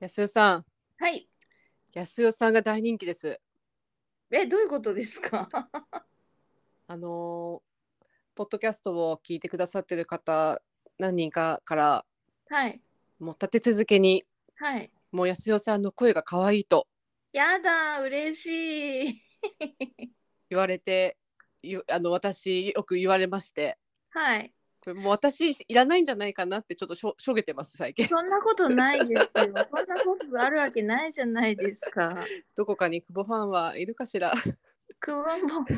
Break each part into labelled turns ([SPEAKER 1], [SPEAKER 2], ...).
[SPEAKER 1] 安代さん、
[SPEAKER 2] はい。
[SPEAKER 1] 安代さんが大人気です。
[SPEAKER 2] え、どういうことですか。
[SPEAKER 1] あのーポッドキャストを聞いてくださってる方何人かから
[SPEAKER 2] はい。
[SPEAKER 1] もう立て続けに
[SPEAKER 2] はい。
[SPEAKER 1] もう安代さんの声が可愛いと
[SPEAKER 2] やだ、嬉しい。
[SPEAKER 1] 言われてゆあの私よく言われまして
[SPEAKER 2] はい。
[SPEAKER 1] これもう私いらないんじゃないかなってちょっとしょしょげてます最近
[SPEAKER 2] そんなことないですよ。そんなことがあるわけないじゃないですか。
[SPEAKER 1] どこかに久保ファンはいるかしら
[SPEAKER 2] クボンボン。ク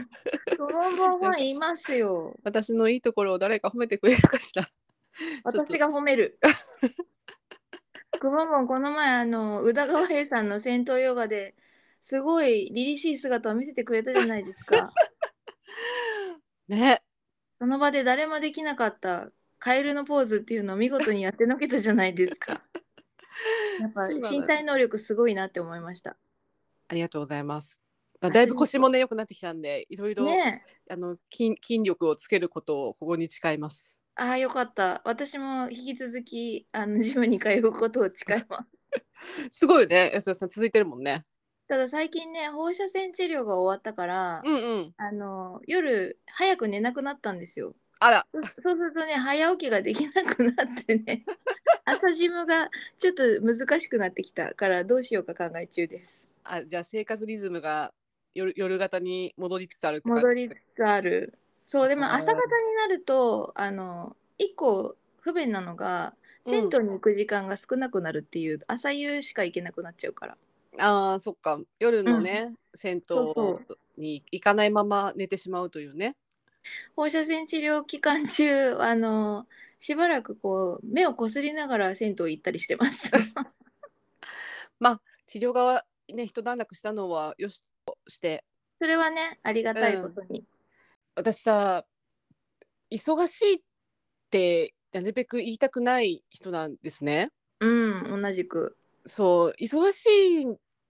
[SPEAKER 2] ボンボンファンいますよ。
[SPEAKER 1] 私のいいところを誰か褒めてくれるかしらちょっと
[SPEAKER 2] 私が褒める。クボンボン、この前、あの、宇田川平さんの戦闘ヨガで。すごい凛々しい姿を見せてくれたじゃないですか。
[SPEAKER 1] ね
[SPEAKER 2] その場で誰もできなかったカエルのポーズっていうのを見事にやってのけたじゃないですか。 やっぱ
[SPEAKER 1] そうなのよ
[SPEAKER 2] 身体能力すごいなって思いました。
[SPEAKER 1] ありがとうございますまあ
[SPEAKER 2] あ
[SPEAKER 1] だいぶ腰もね良くなってきたんでいろいろ、
[SPEAKER 2] ねえ。
[SPEAKER 1] あの筋筋力をつけることをここに誓います。
[SPEAKER 2] ああよかった。私も引き続きあのジムに通うことを誓い ます。
[SPEAKER 1] すごいよね、安田さん続いてるもんね。
[SPEAKER 2] ただ最近ね放射線治療が終わったから、
[SPEAKER 1] うんうん。
[SPEAKER 2] あの夜早く寝なくなったんですよ。
[SPEAKER 1] あら、
[SPEAKER 2] そそうするとね早起きができなくなっ てね朝ジムがちょっと難しくなってきたからどうしようか考え中です。
[SPEAKER 1] あじゃあ生活リズムが夜夜型に戻りつつあるって感じ
[SPEAKER 2] 戻りつつあるそうで
[SPEAKER 1] あ
[SPEAKER 2] も
[SPEAKER 1] ー
[SPEAKER 2] 朝方になるとあの一個不便なのが
[SPEAKER 1] うん
[SPEAKER 2] 銭湯に行く時間が少なくなるっていう、朝夕しか行けなくなっちゃうから
[SPEAKER 1] ああ、そっか。夜のね、銭
[SPEAKER 2] そうそ
[SPEAKER 1] 湯に行かないまま寝てしまうというね。
[SPEAKER 2] 放射線治療期間中 あのしばらくこう目をこすりながら銭湯行ったりしてました
[SPEAKER 1] 治療がね一段落したのはよしとして。
[SPEAKER 2] それはねありがたいことに、
[SPEAKER 1] 私さ、忙しいってなるべく言いたくない人なんですね。
[SPEAKER 2] うん、同じく
[SPEAKER 1] そう忙しい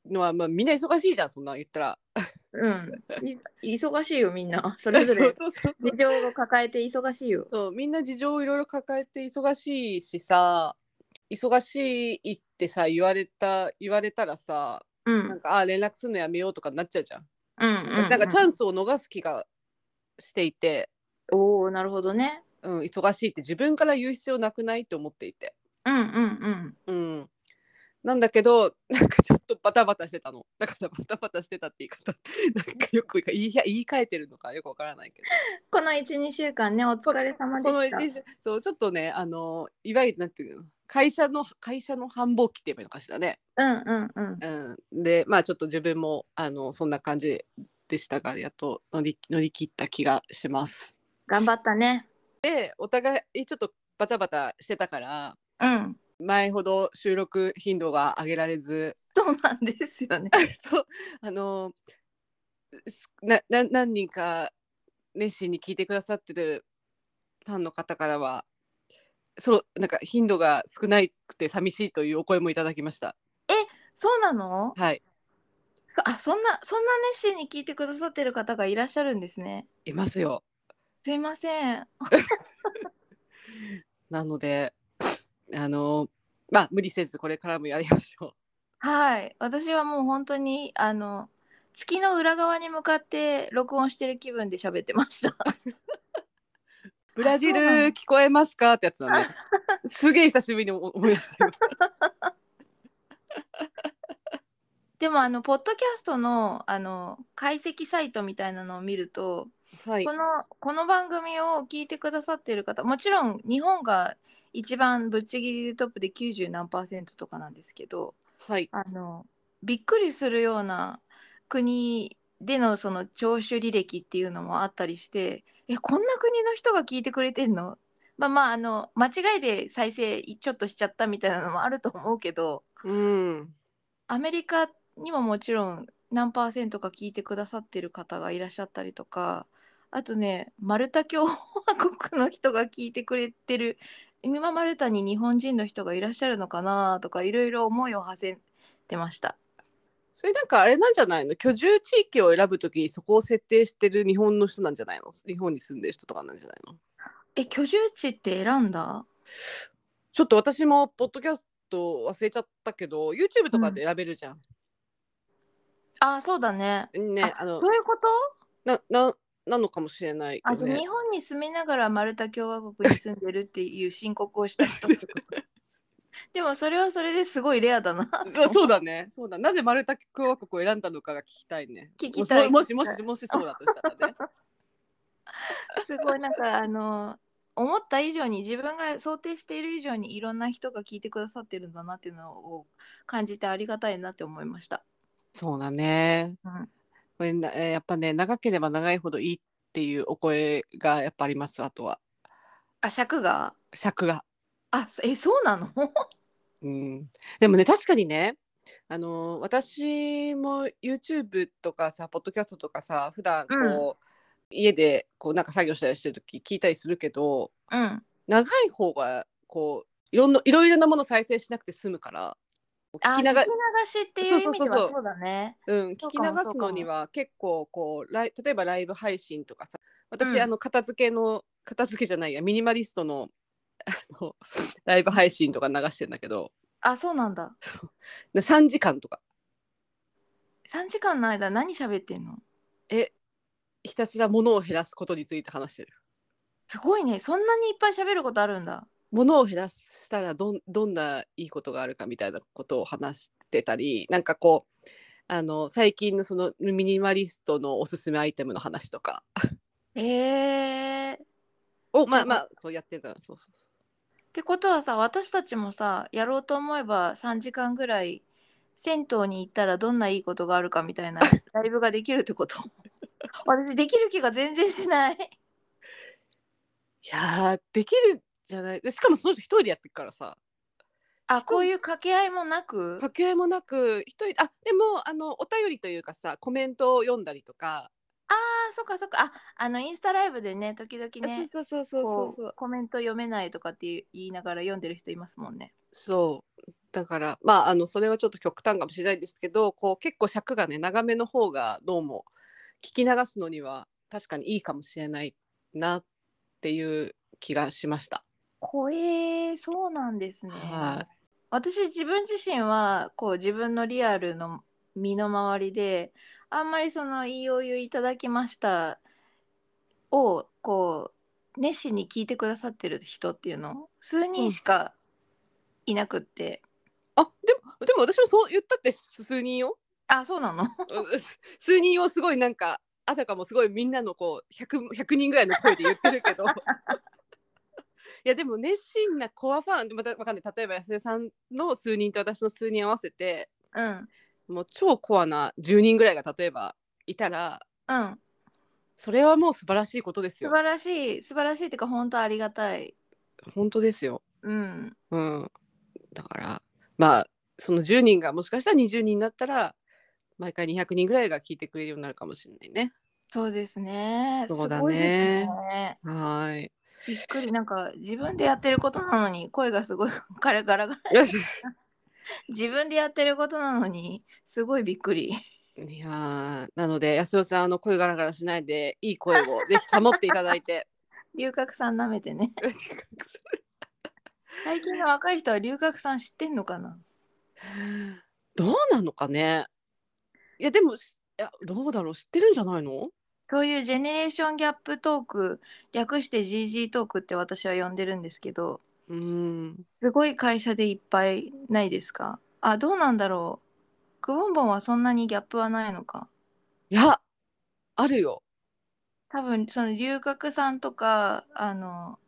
[SPEAKER 1] のは、まあ、みんな忙しいじゃんそんなん言ったら。
[SPEAKER 2] うんい忙しいよみんな それぞ
[SPEAKER 1] そう
[SPEAKER 2] れ
[SPEAKER 1] そうそう
[SPEAKER 2] 事情を抱えて忙しいよ
[SPEAKER 1] そうみんな事情をいろいろ抱えて忙しいしさ忙しいってさ言われた言われたらさ
[SPEAKER 2] うん
[SPEAKER 1] なんかあ連絡するのやめようとかなっちゃうじゃん。
[SPEAKER 2] うんうん、うん、
[SPEAKER 1] なんかチャンスを逃す気がしていて、
[SPEAKER 2] おおなるほどね
[SPEAKER 1] うん、忙しいって自分から言う必要なくないって思っていて。
[SPEAKER 2] うんうんうん
[SPEAKER 1] うんなんだけど なんかちょっとバタバタしてたのだからバタバタしてたって言い方 なんかよく言い言い換えてるのかよくわからないけど
[SPEAKER 2] この1、2週間ね、お疲れ様で
[SPEAKER 1] この
[SPEAKER 2] した。
[SPEAKER 1] 一時そうちょっとねあのいわゆるなんていうの会社の会社の繁忙期って言えばいいのかしらね。
[SPEAKER 2] うんうんうん。
[SPEAKER 1] うん、でまあちょっと自分もあのそんな感じでしたがやっと乗り乗り切った気がします。
[SPEAKER 2] 頑張ったね。
[SPEAKER 1] でお互いちょっとバタバタしてたから
[SPEAKER 2] うん。
[SPEAKER 1] 前ほど収録頻度が上げられず
[SPEAKER 2] そうなんですよね。
[SPEAKER 1] そうあのすなな何人か熱心に聞いてくださってるファンの方からはそうなんか頻度が少なくて寂しいというお声もいただきました。
[SPEAKER 2] そうなの
[SPEAKER 1] はい、
[SPEAKER 2] あ、そんな、そんな熱心に聞いてくださってる方がいらっしゃるんですね。
[SPEAKER 1] いますよ
[SPEAKER 2] すいません。
[SPEAKER 1] なのであのまあ無理せずこれからもやりましょう。
[SPEAKER 2] はい。私はもう本当に、あの、月の裏側に向かって録音してる気分で喋ってました。
[SPEAKER 1] ブラジル
[SPEAKER 2] そうなの
[SPEAKER 1] 聞こえますかってやつだね。すげえ久しぶりに思思い出したよ。
[SPEAKER 2] でも、あの、ポッドキャストの、あの、解析サイトみたいなのを見ると、
[SPEAKER 1] はい
[SPEAKER 2] こ。のこの番組を聞いてくださってる方もちろん日本が一番ぶっちぎりでトップで90何パーセントとかなんですけど
[SPEAKER 1] はい。
[SPEAKER 2] あのびっくりするような国でのその聴取履歴っていうのもあったりしてえこんな国の人が聞いてくれてんのまあまああの間違いで再生ちょっとしちゃったみたいなのもあると思うけど
[SPEAKER 1] うん。
[SPEAKER 2] アメリカにももちろん何パーセントか聞いてくださってる方がいらっしゃったりとかあとねマルタ共和国の人が聞いてくれてる今マルタに日本人の人がいらっしゃるのかなとかいろいろ思いを馳せてました
[SPEAKER 1] それなんかあれなんじゃないの居住地域を選ぶときそこを設定してる日本の人なんじゃないの日本に住んでる人とかなんじゃないの
[SPEAKER 2] え居住地って選んだ
[SPEAKER 1] ちょっと私もポッドキャスと忘れちゃったけど YouTube とかで選べるじゃん、
[SPEAKER 2] あそうだね。
[SPEAKER 1] ねあの
[SPEAKER 2] そういうこと
[SPEAKER 1] なななのかもしれない
[SPEAKER 2] あ
[SPEAKER 1] よ
[SPEAKER 2] と
[SPEAKER 1] ね
[SPEAKER 2] 日本に住みながらマルタ共和国に住んでるっていう申告をした人 でもそれはそれですごいレアだな。
[SPEAKER 1] そうそうだねそうだなぜマルタ共和国を選んだのかが聞きたいね
[SPEAKER 2] 聞きたい
[SPEAKER 1] もしもしもしもしそうだとしたら ね
[SPEAKER 2] すごいなんかあの思った以上に自分が想定している以上にいろんな人が聞いてくださってるんだなっていうのを感じてありがたいなって思いました。
[SPEAKER 1] そうだね
[SPEAKER 2] うん
[SPEAKER 1] これなえーやっぱね長ければ長いほどいいっていうお声がやっぱありますあとは
[SPEAKER 2] あ尺が
[SPEAKER 1] 尺が
[SPEAKER 2] あそえそうなの
[SPEAKER 1] うん、でもね確かにねあのー私も YouTube とかさポッドキャストとかさ普段こう、家でこうなんか作業したりしてる時聞いたりするけど
[SPEAKER 2] うん。
[SPEAKER 1] 長い方がこういろんないろいろなもの再生しなくて済むから
[SPEAKER 2] あ
[SPEAKER 1] 聞きなが
[SPEAKER 2] 聞き流しっていう意味で
[SPEAKER 1] そうそう
[SPEAKER 2] は
[SPEAKER 1] そうそう
[SPEAKER 2] そうだね。
[SPEAKER 1] うん、聞
[SPEAKER 2] そう
[SPEAKER 1] き
[SPEAKER 2] かも
[SPEAKER 1] 流すのには結構こうライ例えばライブ配信とかさ私、
[SPEAKER 2] うん
[SPEAKER 1] あの片付けの片付けじゃないやミニマリストの あのライブ配信とか流してんだけど
[SPEAKER 2] あそうなんだ。
[SPEAKER 1] 3時間とか
[SPEAKER 2] 3時間の間何喋ってんの
[SPEAKER 1] えひたすら物を減らすことについて話してる
[SPEAKER 2] すごいねそんなにいっぱい喋ることあるんだ。
[SPEAKER 1] 物を減らしたらどんどんないいことがあるかみたいなことを話してたりなんかこうあの最近のそのミニマリストのおすすめアイテムの話とか
[SPEAKER 2] えー、っ
[SPEAKER 1] をまあ
[SPEAKER 2] そう
[SPEAKER 1] まあそうやってたそうそうそ
[SPEAKER 2] てことはさ私たちもさやろうと思えば3時間ぐらい銭湯に行ったらどんないいことがあるかみた いなライブができるってこと私できる気が全然しない。
[SPEAKER 1] ういやーできるじゃないでしかもその人一人でやってるからさ
[SPEAKER 2] あこういう掛け合いもなく
[SPEAKER 1] 掛け合いもなく一人あでもあのお便りというかさコメントを読んだりとか、
[SPEAKER 2] あそっかそっかああのインスタライブでね時々ね
[SPEAKER 1] そうそうそうそうそう
[SPEAKER 2] こうコメント読めないとかって言いながら読んでる人いますもんね。
[SPEAKER 1] そうだからまああのそれはちょっと極端かもしれないですけどこう結構尺がね長めの方がどうも聞き流すのには確かにいいかもしれないなっていう気がしました。
[SPEAKER 2] こえそうなんですね。
[SPEAKER 1] は
[SPEAKER 2] 私自分自身はこう自分のリアルの身の回りであんまりその「いいお湯いただきました」をこう熱心に聞いてくださってる人っていうの数人しかいなくって、
[SPEAKER 1] あでもでも私もそう言ったって数人 よ
[SPEAKER 2] あそうなの
[SPEAKER 1] う ん数人をすごいなんかあたかもすごいみんなのこう 100, 100人ぐらいの声で言ってるけど いやでも熱心なコアファンまたわかんない例えば安江さんの数人と私の数人合わせて
[SPEAKER 2] うん
[SPEAKER 1] もう超コアな10人ぐらいが例えばいたら
[SPEAKER 2] うん
[SPEAKER 1] それはもう素晴らしいことです
[SPEAKER 2] 素
[SPEAKER 1] よ
[SPEAKER 2] 晴らしい素晴らしいっていうか本当ありがたい
[SPEAKER 1] 本当ですよ
[SPEAKER 2] うん
[SPEAKER 1] うんだからまあその10人がもしかしたら20人になったら毎回200人ぐらいが聞いてくれるようになるかもしれないね
[SPEAKER 2] そうですね
[SPEAKER 1] そうだね
[SPEAKER 2] すごいですね
[SPEAKER 1] はーい
[SPEAKER 2] びっくりなんか自分でやってることなのに声がすごいガラガラガラ自分でやってることなのにすごいびっくり
[SPEAKER 1] いやーなので安代さんあの声ガラガラしないでいい声をぜひ保っていただいて
[SPEAKER 2] 龍角散舐めてね最近の若い人は龍角散知ってんのかな
[SPEAKER 1] どうなのかねいやでもいやどうだろう知ってるんじゃないの
[SPEAKER 2] そういうジェネレーションギャップトーク略して GG トークって私は呼んでるんですけど
[SPEAKER 1] うん
[SPEAKER 2] すごい会社でいっぱいないですかあどうなんだろうくぼんぼんはそんなにギャップはないのか
[SPEAKER 1] いやあるよ
[SPEAKER 2] 多分その龍角散とかあの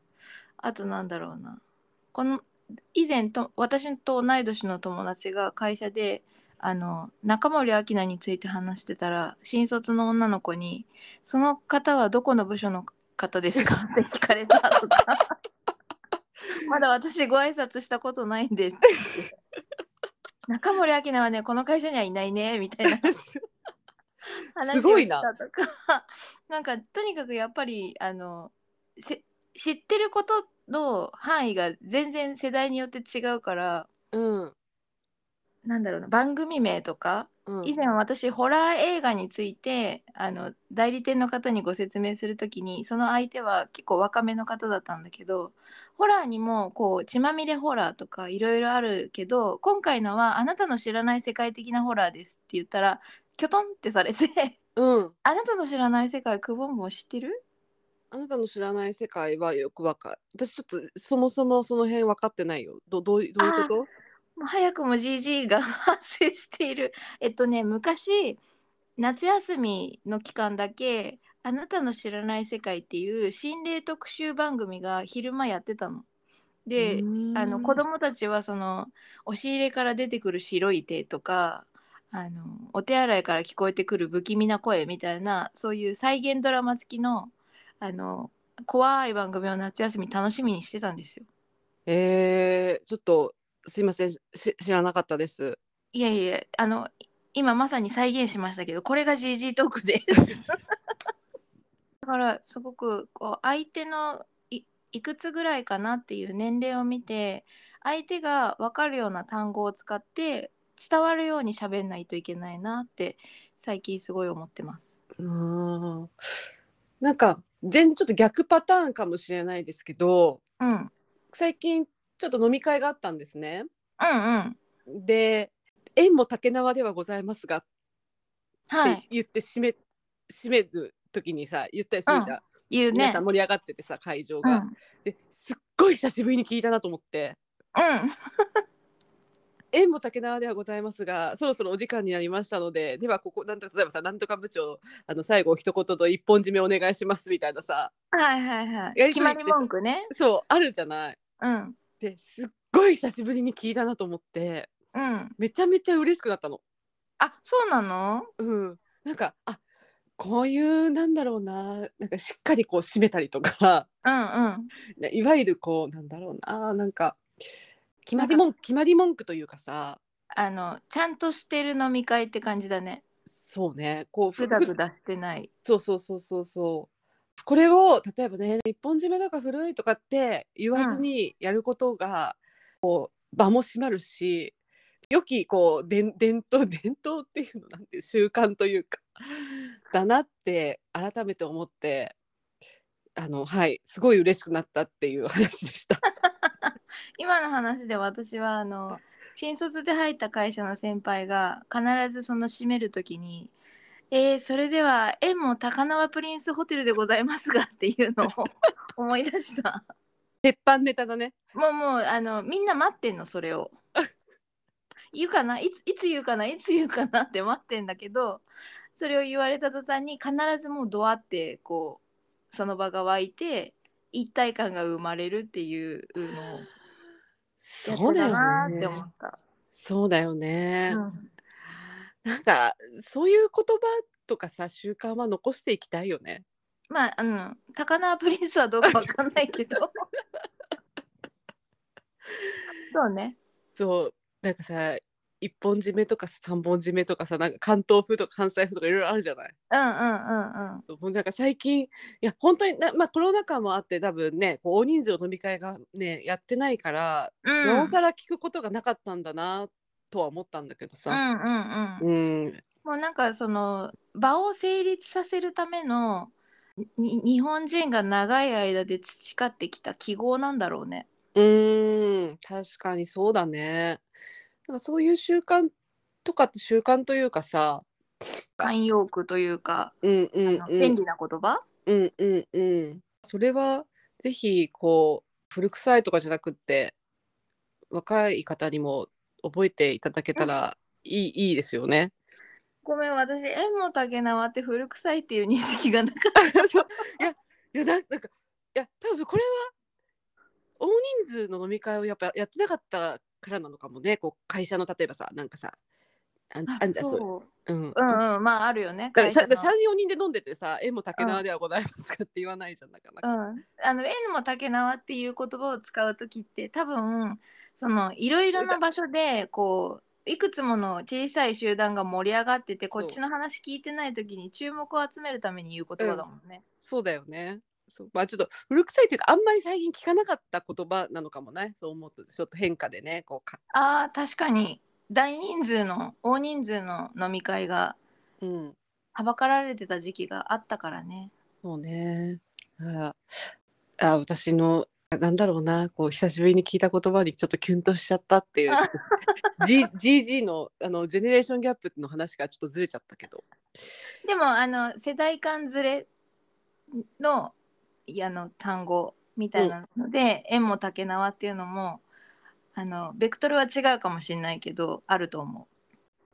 [SPEAKER 2] あとなんだろうなこの以前と私と同い年の友達が会社であの中森明菜について話してたら新卒の女の子に「その方はどこの部署の方ですか?」って聞かれたとか 「まだ私ご挨拶したことないんで」って言って中森明菜はねこの会社にはいないね」みたいな話
[SPEAKER 1] す
[SPEAKER 2] を
[SPEAKER 1] ごいな
[SPEAKER 2] したとかなんかとにかくやっぱりあのせ知ってることの範囲が全然世代によって違うから
[SPEAKER 1] うん
[SPEAKER 2] なんだろうな番組名とか
[SPEAKER 1] うん
[SPEAKER 2] 以前私ホラー映画についてあの代理店の方にご説明するときにその相手は結構若めの方だったんだけどホラーにもこう血まみれホラーとかいろいろあるけど今回のはあなたの知らない世界的なホラーですって言ったらキョトンってされて
[SPEAKER 1] うん
[SPEAKER 2] あなたの知らない世界くぼんぼん知ってる
[SPEAKER 1] あなたの知らない世界はよくわかる私ちょっとそもそもその辺分かってないよどどういどういうこと
[SPEAKER 2] もう早くも GG が発生している。 えっとね昔夏休みの期間だけ「あなたの知らない世界」っていう心霊特集番組が昼間やってたの。で、あの子供たちはその押し入れから出てくる白い手とかあのお手洗いから聞こえてくる不気味な声みたいなそういう再現ドラマ付きのあの怖い番組を夏休み楽しみにしてたんですよ。
[SPEAKER 1] えー、ちょっとすいませんし知らなかったです
[SPEAKER 2] いやいや、あの、今まさに再現しましたけど、これが GG トークです。 だから、すごく、こう、相手のい、いくつぐらいかなっていう年齢を見て、相手が分かるような単語を使って、伝わるように喋んないといけないなって、最近すごい思ってます。
[SPEAKER 1] うんなんか全然ちょっと逆パターンかもしれないですけど
[SPEAKER 2] うん。うん
[SPEAKER 1] 最近ちょっと飲み会があったんですね
[SPEAKER 2] うん。
[SPEAKER 1] で縁も竹縄ではございますがっ
[SPEAKER 2] は
[SPEAKER 1] て
[SPEAKER 2] い。
[SPEAKER 1] 言って締め,、締める時にさ言ったりするじゃん、
[SPEAKER 2] 言う
[SPEAKER 1] 皆
[SPEAKER 2] ね
[SPEAKER 1] さん。盛り上がっててさ会場
[SPEAKER 2] うん。う
[SPEAKER 1] が、
[SPEAKER 2] ん。
[SPEAKER 1] ですっごい久しぶりに聞いたなと思って「縁も竹縄ではございますがそろそろお時間になりましたのでではここなんとか例えばさなんとか部長あの最後一言と一本締めお願いします」みたいなさ
[SPEAKER 2] はいはいは
[SPEAKER 1] や
[SPEAKER 2] い。
[SPEAKER 1] りとりって
[SPEAKER 2] 決まり文句ね。
[SPEAKER 1] そうあるじゃない。
[SPEAKER 2] うん。
[SPEAKER 1] ですっごい久しぶりに聞いたなと思って
[SPEAKER 2] うん。
[SPEAKER 1] めちゃめちゃ嬉しくなったの。
[SPEAKER 2] あ、そうなの
[SPEAKER 1] うん、なんかあこういうなんだろうななんかしっかりこう締めたりとか。
[SPEAKER 2] うんうん。
[SPEAKER 1] ねいわゆるこうなんだろうななんか決まり文句決まり文句というかさ
[SPEAKER 2] あのちゃんとしてる飲み会って感じだね。
[SPEAKER 1] そうねこうふ
[SPEAKER 2] ぐだぐ
[SPEAKER 1] ふ
[SPEAKER 2] だしてない。
[SPEAKER 1] そうそうそうそうそうこれを例えばね一本締めとか古いとかって言わずにやることが、こう場も締まるし良きこう伝 伝統伝統っていうのなんていう習慣というか だなって改めて思ってあのはいすごい嬉しくなったっていう話でした。
[SPEAKER 2] 今の話で私はあの新卒で入った会社の先輩が必ずその閉める時に「えー、それでは縁も高輪プリンスホテルでございますが」っていうのを思い出した。
[SPEAKER 1] 鉄板ネタだね。
[SPEAKER 2] もうもうあのみんな待ってんのそれを。 言うかないついつ言うかないつ言うかなって待ってんだけどそれを言われた途端に必ずもうドアってこうその場が湧いて一体感が生まれるっていうのをや
[SPEAKER 1] そ
[SPEAKER 2] っ
[SPEAKER 1] う
[SPEAKER 2] て
[SPEAKER 1] だ
[SPEAKER 2] たな
[SPEAKER 1] よ
[SPEAKER 2] ーって思
[SPEAKER 1] ね。
[SPEAKER 2] った。
[SPEAKER 1] そうだよね。
[SPEAKER 2] うん
[SPEAKER 1] なんかそういう言葉とかさ習慣は残していきたいよね。
[SPEAKER 2] まあ、うん、高輪プリンスはどうかわかんない けど。そうね。
[SPEAKER 1] そうなんかさ一本締めとかさ三本締めとかさなんか関東風とか関西風とかいろいろあるじゃない。
[SPEAKER 2] うんうんうんうん。
[SPEAKER 1] もうなんか最近いや本当になまあコロナ禍もあって多分ねこう大人数の飲み会がねやってないから、
[SPEAKER 2] うん、
[SPEAKER 1] なおさら聞くことがなかったんだなとは思ったんだけど
[SPEAKER 2] うん
[SPEAKER 1] さ。
[SPEAKER 2] うんうん。
[SPEAKER 1] うん、
[SPEAKER 2] もうなんかその場を成立させるためのに日本人が長い間で培ってきた記号なんだろうね。
[SPEAKER 1] うーん確かにそうだね。なんかそういう習慣とかって習慣というかさ、
[SPEAKER 2] 慣用句というか、
[SPEAKER 1] うんう
[SPEAKER 2] あ
[SPEAKER 1] ん
[SPEAKER 2] の
[SPEAKER 1] う
[SPEAKER 2] 便
[SPEAKER 1] ん
[SPEAKER 2] 利な言葉。
[SPEAKER 1] うんうんうん。それはぜひこう古臭いとかじゃなくって若い方にも覚えていただけたらいい,、いいですよ ね。
[SPEAKER 2] ごめん、私、縁も竹縄って古臭いっていう認識がなかっ
[SPEAKER 1] そういやいやななんかいや多分これは大人数の飲み会をやっぱやってなかったからなのかもねこう会社の例えばさなんかさあん
[SPEAKER 2] た。
[SPEAKER 1] あんじゃ
[SPEAKER 2] そ。
[SPEAKER 1] そうう、うん、
[SPEAKER 2] うんうん、まああるよね。
[SPEAKER 1] だからさ
[SPEAKER 2] 会社
[SPEAKER 1] だ
[SPEAKER 2] の
[SPEAKER 1] から34人で飲んでてさ「縁も竹縄ではございますか」って言わないじゃんなかな
[SPEAKER 2] う
[SPEAKER 1] か。
[SPEAKER 2] ん、あの縁も竹縄っていう言葉を使う時って多分そのいろいろな場所でこういくつもの小さい集団が盛り上がっててこっちの話聞いてない時に注目を集めるために言う言葉だもんね。
[SPEAKER 1] そうだよね。そうまあちょっと古臭いというかあんまり最近聞かなかった言葉なのかもねそう思うとちょっと変化でねこうか
[SPEAKER 2] あー確かに大人数の大人数の飲み会が
[SPEAKER 1] うん、
[SPEAKER 2] はばかられてた時期があったからね
[SPEAKER 1] そうね。だからあ私のなんだろうなこう久しぶりに聞いた言葉にちょっとキュンとしちゃったっていう G- GG のあのジェネレーションギャップの話からちょっとずれちゃったけど
[SPEAKER 2] でもあの世代間ずれのいやあの単語みたいなので、縁も竹縄っていうのもあのベクトルは違うかもしれないけどあると思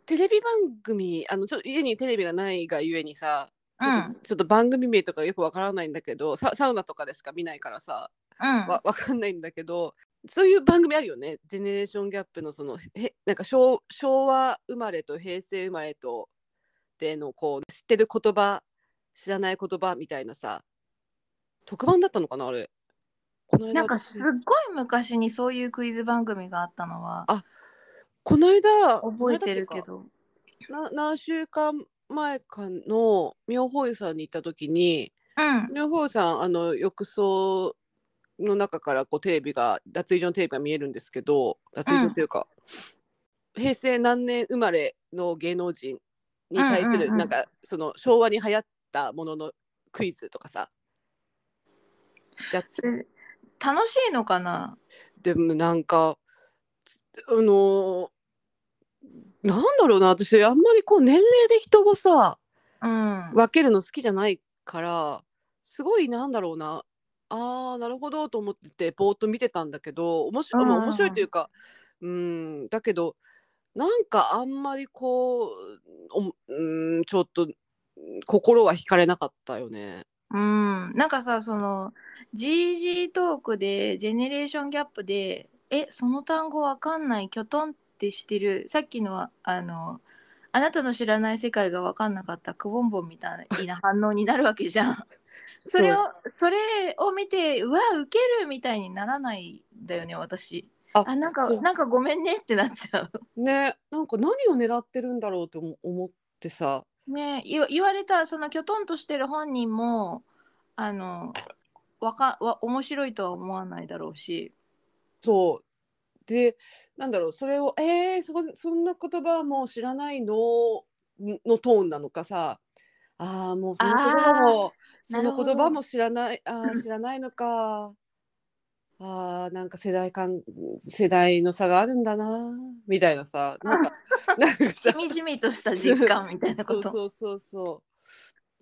[SPEAKER 1] テレビ番組あのちょ家にテレビがないがゆえにさ
[SPEAKER 2] う。うん、
[SPEAKER 1] ちょっと番組名とかよくわからないんだけどササウナとかでしか見ないからさ
[SPEAKER 2] うん、
[SPEAKER 1] わ わかんないんだけどそういう番組あるよねジェネレーションギャップのそのへなんか昭昭和生まれと平成生まれとでのこう知ってる言葉知らない言葉みたいなさ特番だったのかなあれこの間
[SPEAKER 2] なんか
[SPEAKER 1] 私
[SPEAKER 2] すっごい昔にそういうクイズ番組があったのは
[SPEAKER 1] あこの間
[SPEAKER 2] 覚えてるけ
[SPEAKER 1] こ
[SPEAKER 2] ど
[SPEAKER 1] の間っていうかな何週間前かの妙法院さんに行った時に
[SPEAKER 2] うん
[SPEAKER 1] 妙法院さんあの浴槽の中からこうテレビが脱衣所のテレビが見えるんですけど脱衣所というか、平成何年生まれの芸能人に対す
[SPEAKER 2] うんう
[SPEAKER 1] る、
[SPEAKER 2] んうん
[SPEAKER 1] なんかその昭和に流行ったもののクイズとかさ
[SPEAKER 2] それ楽しいのかな
[SPEAKER 1] でもなんかつあのーなんだろうな私あんまりこう年齢で人をさ
[SPEAKER 2] うん
[SPEAKER 1] 分けるの好きじゃないからすごいなんだろうなあーなるほどと思っててぼーっと見てたんだけど面白,、まあ
[SPEAKER 2] うんうんうん
[SPEAKER 1] 面白いというかうんだけどなんかあんまりこうおもうんちょっとうん心は惹かれなかったよね。
[SPEAKER 2] うん、なんかさその GG トークでジェネレーションギャップで「えその単語わかんないきょとん」ってしてるさっきのはあの「あなたの知らない世界がわかんなかったくぼんぼん」みたいな反応になるわけ じゃん。それをそれを見て「うわウケる」みたいにならないんだよね私。
[SPEAKER 1] あ
[SPEAKER 2] あなんか
[SPEAKER 1] そう
[SPEAKER 2] なんかごめんねってなっちゃう。
[SPEAKER 1] ねなんか何を狙ってるんだろうと思思ってさ
[SPEAKER 2] ね言わ言われたそのきょとんとしてる本人もあのわかわ面白いとは思わないだろうし
[SPEAKER 1] そうでなんだろうそれを「えー、そそんな言葉はもう知らないの?」のトーンなのかさ「ああもうその言葉もそ
[SPEAKER 2] なる
[SPEAKER 1] の
[SPEAKER 2] ほど
[SPEAKER 1] 言葉も知らないあー知らないのか」あーなんか世代間世代の差があるんだなみたいなさなん かなんか
[SPEAKER 2] し
[SPEAKER 1] さ
[SPEAKER 2] みじみとした実感みたいなこ
[SPEAKER 1] そ
[SPEAKER 2] と。
[SPEAKER 1] うそうそうそう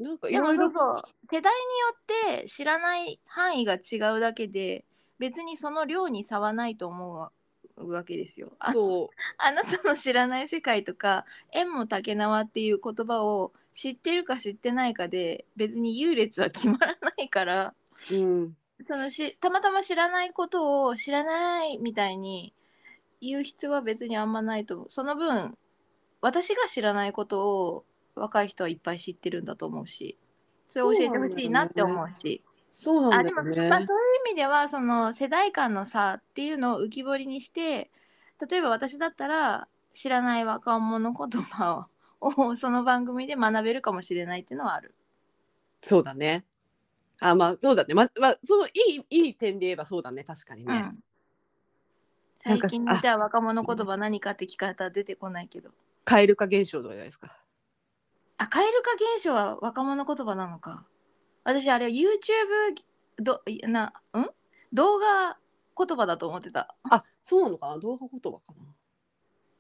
[SPEAKER 1] なんかい
[SPEAKER 2] で
[SPEAKER 1] ろ
[SPEAKER 2] もそう
[SPEAKER 1] いろ
[SPEAKER 2] そう世代によって知らない範囲が違うだけで別にその量に差はないと思うわわけですよ。あ
[SPEAKER 1] そう
[SPEAKER 2] あなたの知らない世界とか「縁も竹縄」っていう言葉を知ってるか知ってないかで別に優劣は決まらないから
[SPEAKER 1] うん
[SPEAKER 2] そのしたまたま知らないことを知らないみたいに言う必要は別にあんまないと思うその分私が知らないことを若い人はいっぱい知ってるんだと思うしそれを教えてほしいなって思うし
[SPEAKER 1] そうな
[SPEAKER 2] あ
[SPEAKER 1] んだ
[SPEAKER 2] でも、
[SPEAKER 1] よ
[SPEAKER 2] まあ、そ
[SPEAKER 1] ね
[SPEAKER 2] ういう意味ではその世代間の差っていうのを浮き彫りにして例えば私だったら知らない若者言葉を をその番組で学べるかもしれないっていうのはある。
[SPEAKER 1] そうだね。あまあそうだね。ままあそのいいいい点で言えばそうだね確かに
[SPEAKER 2] う
[SPEAKER 1] ね。
[SPEAKER 2] ん、
[SPEAKER 1] なん
[SPEAKER 2] 最
[SPEAKER 1] か
[SPEAKER 2] 近
[SPEAKER 1] あ
[SPEAKER 2] じゃあ若者言葉何かって聞かれたら出てこないけど。
[SPEAKER 1] 蛙化現象じゃないですか。
[SPEAKER 2] あ蛙化現象は若者言葉なのか私あれ YouTube どなん動画言葉だと思ってた
[SPEAKER 1] あそうなのかな動画言葉かな。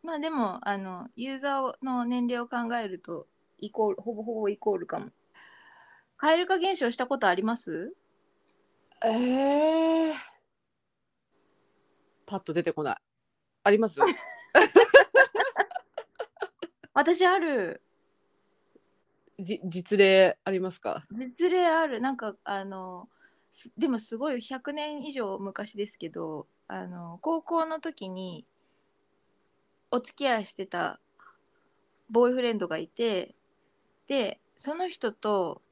[SPEAKER 2] まあでもあのユーザーの年齢を考えるとイコールほぼほぼイコールかも蛙化現象したことあります
[SPEAKER 1] ええパッと出てこない。あります？
[SPEAKER 2] 私ある
[SPEAKER 1] じ実例ありますか？
[SPEAKER 2] 実例あるなんかあのすでもすごい100年以上昔ですけどあの高校の時にお付き合いしてたボーイフレンドがいてでその人と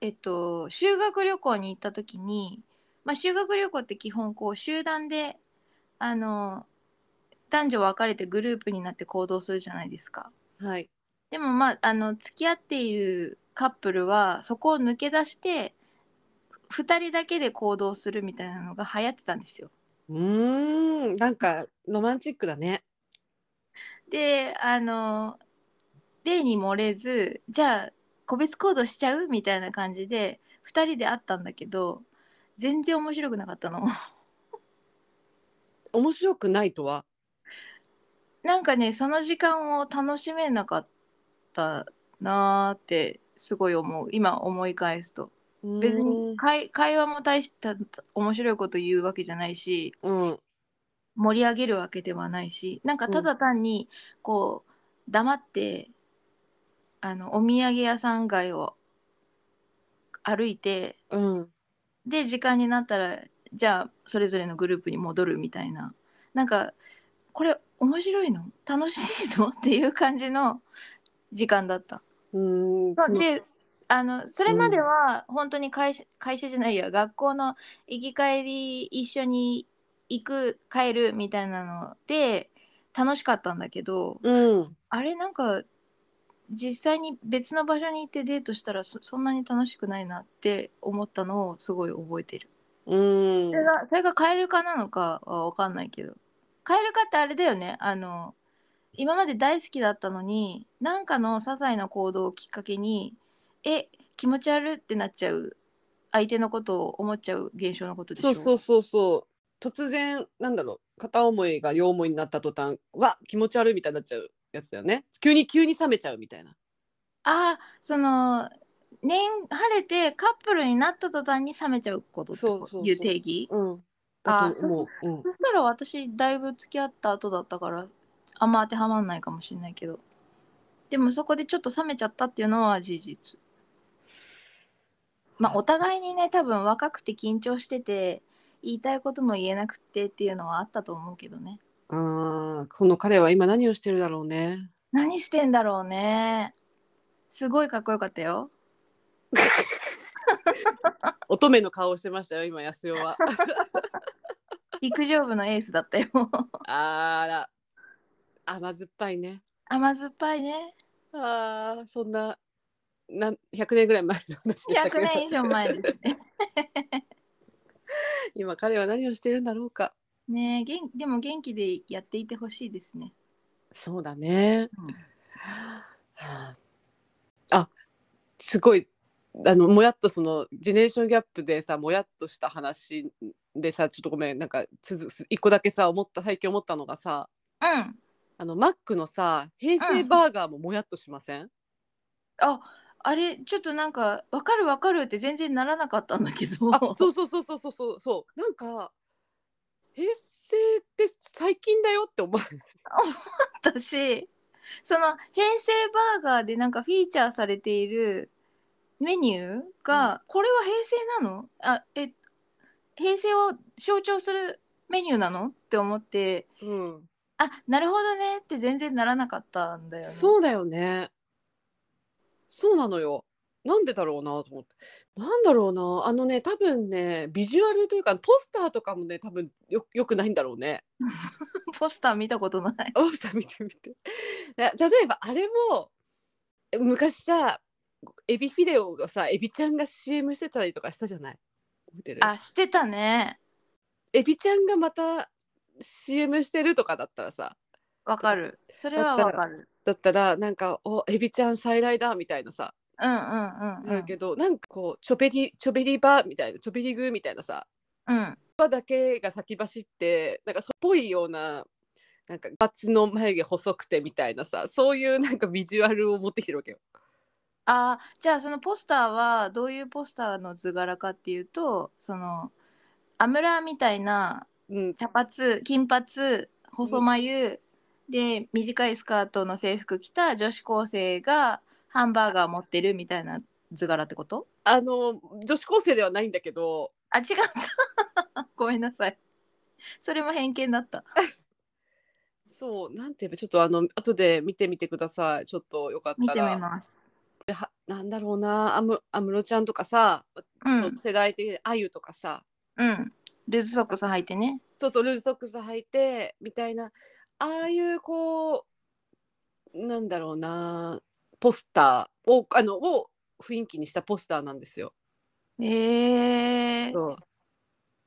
[SPEAKER 2] えっと修学旅行に行った時に、まあ、修学旅行って基本こう集団であの男女分かれてグループになって行動するじゃないですか。
[SPEAKER 1] はい。
[SPEAKER 2] でもまああの付き合っているカップルはそこを抜け出して2人だけで行動するみたいなのが流行ってたんですよ。
[SPEAKER 1] うーんなんかロマンチックだね。
[SPEAKER 2] であの例に漏れずじゃあ個別行動しちゃうみたいな感じで2人で会ったんだけど全然面白くなかったの。
[SPEAKER 1] 面白くないとは
[SPEAKER 2] なんかねその時間を楽しめなかったなーってすごい思う今思い返すと別に会会話も大した面白いこと言うわけじゃないし
[SPEAKER 1] うん
[SPEAKER 2] 盛り上げるわけではないしなんかただ単にこう黙ってあのお土産屋さん街を歩いて
[SPEAKER 1] うん
[SPEAKER 2] で時間になったらじゃあそれぞれのグループに戻るみたいななんかこれ面白いの楽しいのっていう感じの時間だった。
[SPEAKER 1] うん
[SPEAKER 2] そうであのそれまでは本当に会社,、会社じゃないや学校の行き帰り一緒に行く帰るみたいなので楽しかったんだけど
[SPEAKER 1] うん
[SPEAKER 2] あれなんか実際に別の場所に行ってデートしたらそそんなに楽しくないなって思ったのをすごい覚えてる。
[SPEAKER 1] うん
[SPEAKER 2] それがそれがカエル化なのかは分かんないけどカエル化ってあれだよねあの今まで大好きだったのになんかの些細な行動をきっかけにえ気持ち悪ってなっちゃう相手のことを思っちゃう現象のことでし
[SPEAKER 1] そ
[SPEAKER 2] ょ
[SPEAKER 1] うそうそうそう突然なんだろう片思いが両思いになった途端わ気持ち悪いみたいになっちゃうやつだよね急に急に冷めちゃうみたいな
[SPEAKER 2] ああその年晴れてカップルになった途端に冷めちゃうことって
[SPEAKER 1] そうそう
[SPEAKER 2] こ
[SPEAKER 1] そう
[SPEAKER 2] いう定義
[SPEAKER 1] うん
[SPEAKER 2] あ
[SPEAKER 1] だともううん
[SPEAKER 2] そしたら私だいぶ付き合った後だったからあんま当てはまんないかもしれないけどでもそこでちょっと冷めちゃったっていうのは事実まあお互いにね多分若くて緊張してて言いたいことも言えなくてっていうのはあったと思うけどね
[SPEAKER 1] あーこの彼は今何をしてるだろうね
[SPEAKER 2] 何してんだろうねすごいかっこよかったよ
[SPEAKER 1] 乙女の顔をしてましたよ今安代 は
[SPEAKER 2] 陸上部のエースだったよ
[SPEAKER 1] あら甘酸っぱいね
[SPEAKER 2] 甘酸っぱいね
[SPEAKER 1] あーそんななん100年ぐらい前の話でしたけど
[SPEAKER 2] 100年以上前ですね
[SPEAKER 1] 今彼は何をしてるんだろうか
[SPEAKER 2] ねえ元でも元気でやっていてほしいですね、
[SPEAKER 1] そうだね
[SPEAKER 2] うん
[SPEAKER 1] あすごいあのもやっとそのジェネレーションギャップでさもやっとした話でさちょっとごめんなんかつづ一個だけさ思った最近思ったのがさ
[SPEAKER 2] うん
[SPEAKER 1] あのマックのさ平成バーガーももやっとしません、
[SPEAKER 2] ああれちょっとなんか「わかるわかる」って全然ならなかったんだけど
[SPEAKER 1] あそうそうそうそうそうそうそうなんか平成って最近だよって思う
[SPEAKER 2] 私その平成バーガーでなんかフィーチャーされているメニューが、これは平成なのあえ平成を象徴するメニューなのって思って
[SPEAKER 1] うん
[SPEAKER 2] あなるほどねって全然ならなかったんだよね。
[SPEAKER 1] そうだよね。そうなのよ。なんでだろうなと思って。なんだろうな。あのね、多分ね、ビジュアルというか、ポスターとかもね、多分よよくないんだろうね。
[SPEAKER 2] ポスター見たこと ない。
[SPEAKER 1] ポスター見てみて。な例えば、あれも、昔さ、エビフィレオがさ、エビちゃんが CM してたりとかしたじゃない見てる
[SPEAKER 2] あしてたね。
[SPEAKER 1] エビちゃんがまた CM してるとかだったらさ、
[SPEAKER 2] わかる。それはわかる。
[SPEAKER 1] だったら、なんか、お、エビちゃん再来だみたいなさ、
[SPEAKER 2] うんうんうん、
[SPEAKER 1] あ
[SPEAKER 2] う
[SPEAKER 1] る
[SPEAKER 2] ん。
[SPEAKER 1] けど、なんかこうチョベリチョベリバーみたいなチョベリグーみたいなさ
[SPEAKER 2] うん
[SPEAKER 1] バだけが先走ってなんかそっぽいようななんかバツの眉毛細くてみたいなさそういうなんかビジュアルを持ってきてるわけよ。
[SPEAKER 2] あーじゃあそのポスターはどういうポスターの図柄かっていうとそのアムラーみたいな
[SPEAKER 1] うん、
[SPEAKER 2] 茶髪金髪細眉、で短いスカートの制服着た女子高生がハンバーガー持ってるみたいな図柄ってこと
[SPEAKER 1] あの女子高生ではないんだけど
[SPEAKER 2] あ違った ごめんなさいそれも偏見だった
[SPEAKER 1] そうなんて言えばちょっとあの後で見てみてくださいちょっとよかっ
[SPEAKER 2] 見
[SPEAKER 1] た
[SPEAKER 2] てみ
[SPEAKER 1] ら
[SPEAKER 2] ます
[SPEAKER 1] ではなんだろうな安室安室ちゃんとかさ、
[SPEAKER 2] う
[SPEAKER 1] そうん世代的にあゆとかさ
[SPEAKER 2] うんルーズソックス履いてね
[SPEAKER 1] そうそうルーズソックス履いてみたいなああいうこうなんだろうなポスターをあのを雰囲気にしたポスターなんですよ。
[SPEAKER 2] えー、
[SPEAKER 1] そう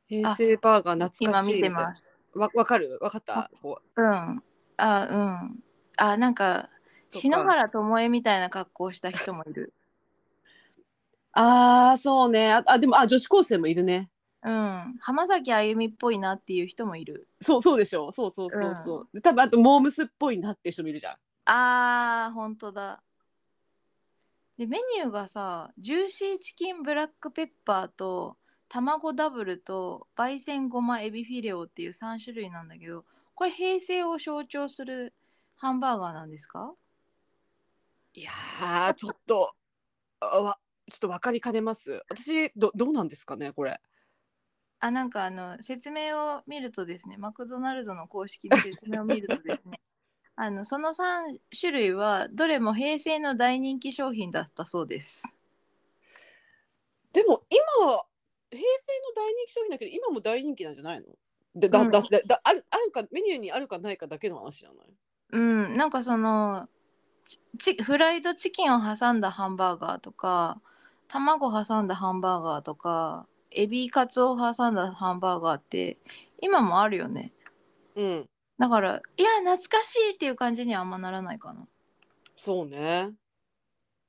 [SPEAKER 1] 平成バーガー懐
[SPEAKER 2] 今
[SPEAKER 1] かしいみ
[SPEAKER 2] 見
[SPEAKER 1] た
[SPEAKER 2] て
[SPEAKER 1] いな
[SPEAKER 2] ます
[SPEAKER 1] わわかるわかったこ
[SPEAKER 2] うんあうんあなんか
[SPEAKER 1] とか
[SPEAKER 2] 篠原ともえみたいな格好をした人もいる。
[SPEAKER 1] ああそうねああでもあ女子高生もいるね
[SPEAKER 2] うん、浜崎あゆみっぽいなっていう人もいる。
[SPEAKER 1] そうそうでしょうそうそうそうそう、で多分あとモームスっぽいなっていう人もいるじゃん
[SPEAKER 2] あー本当だ。でメニューがさジューシーチキンブラックペッパーと卵ダブルと焙煎ごまエビフィレオっていう3種類なんだけどこれ平成を象徴するハンバーガーなんですか
[SPEAKER 1] いやーちょっとあわちょっと分かりかねます私どどうなんですかねこれ
[SPEAKER 2] あなんかあの説明を見るとですねマクドナルドの公式の説明を見るとですねあのその3種類はどれも平成の大人気商品だったそうです。
[SPEAKER 1] でも今平成の大人気商品だけど今も大人気なんじゃないのでだだ
[SPEAKER 2] う
[SPEAKER 1] だだあるあるかメニューにあるかないかだけの話じゃない
[SPEAKER 2] うん、なんかそのちちフライドチキンを挟んだハンバーガーとか卵挟んだハンバーガーとかエビカツを挟んだハンバーガーって今もあるよね
[SPEAKER 1] うん
[SPEAKER 2] だからいや懐かしいっていう感じにはあんまならないかな
[SPEAKER 1] そうね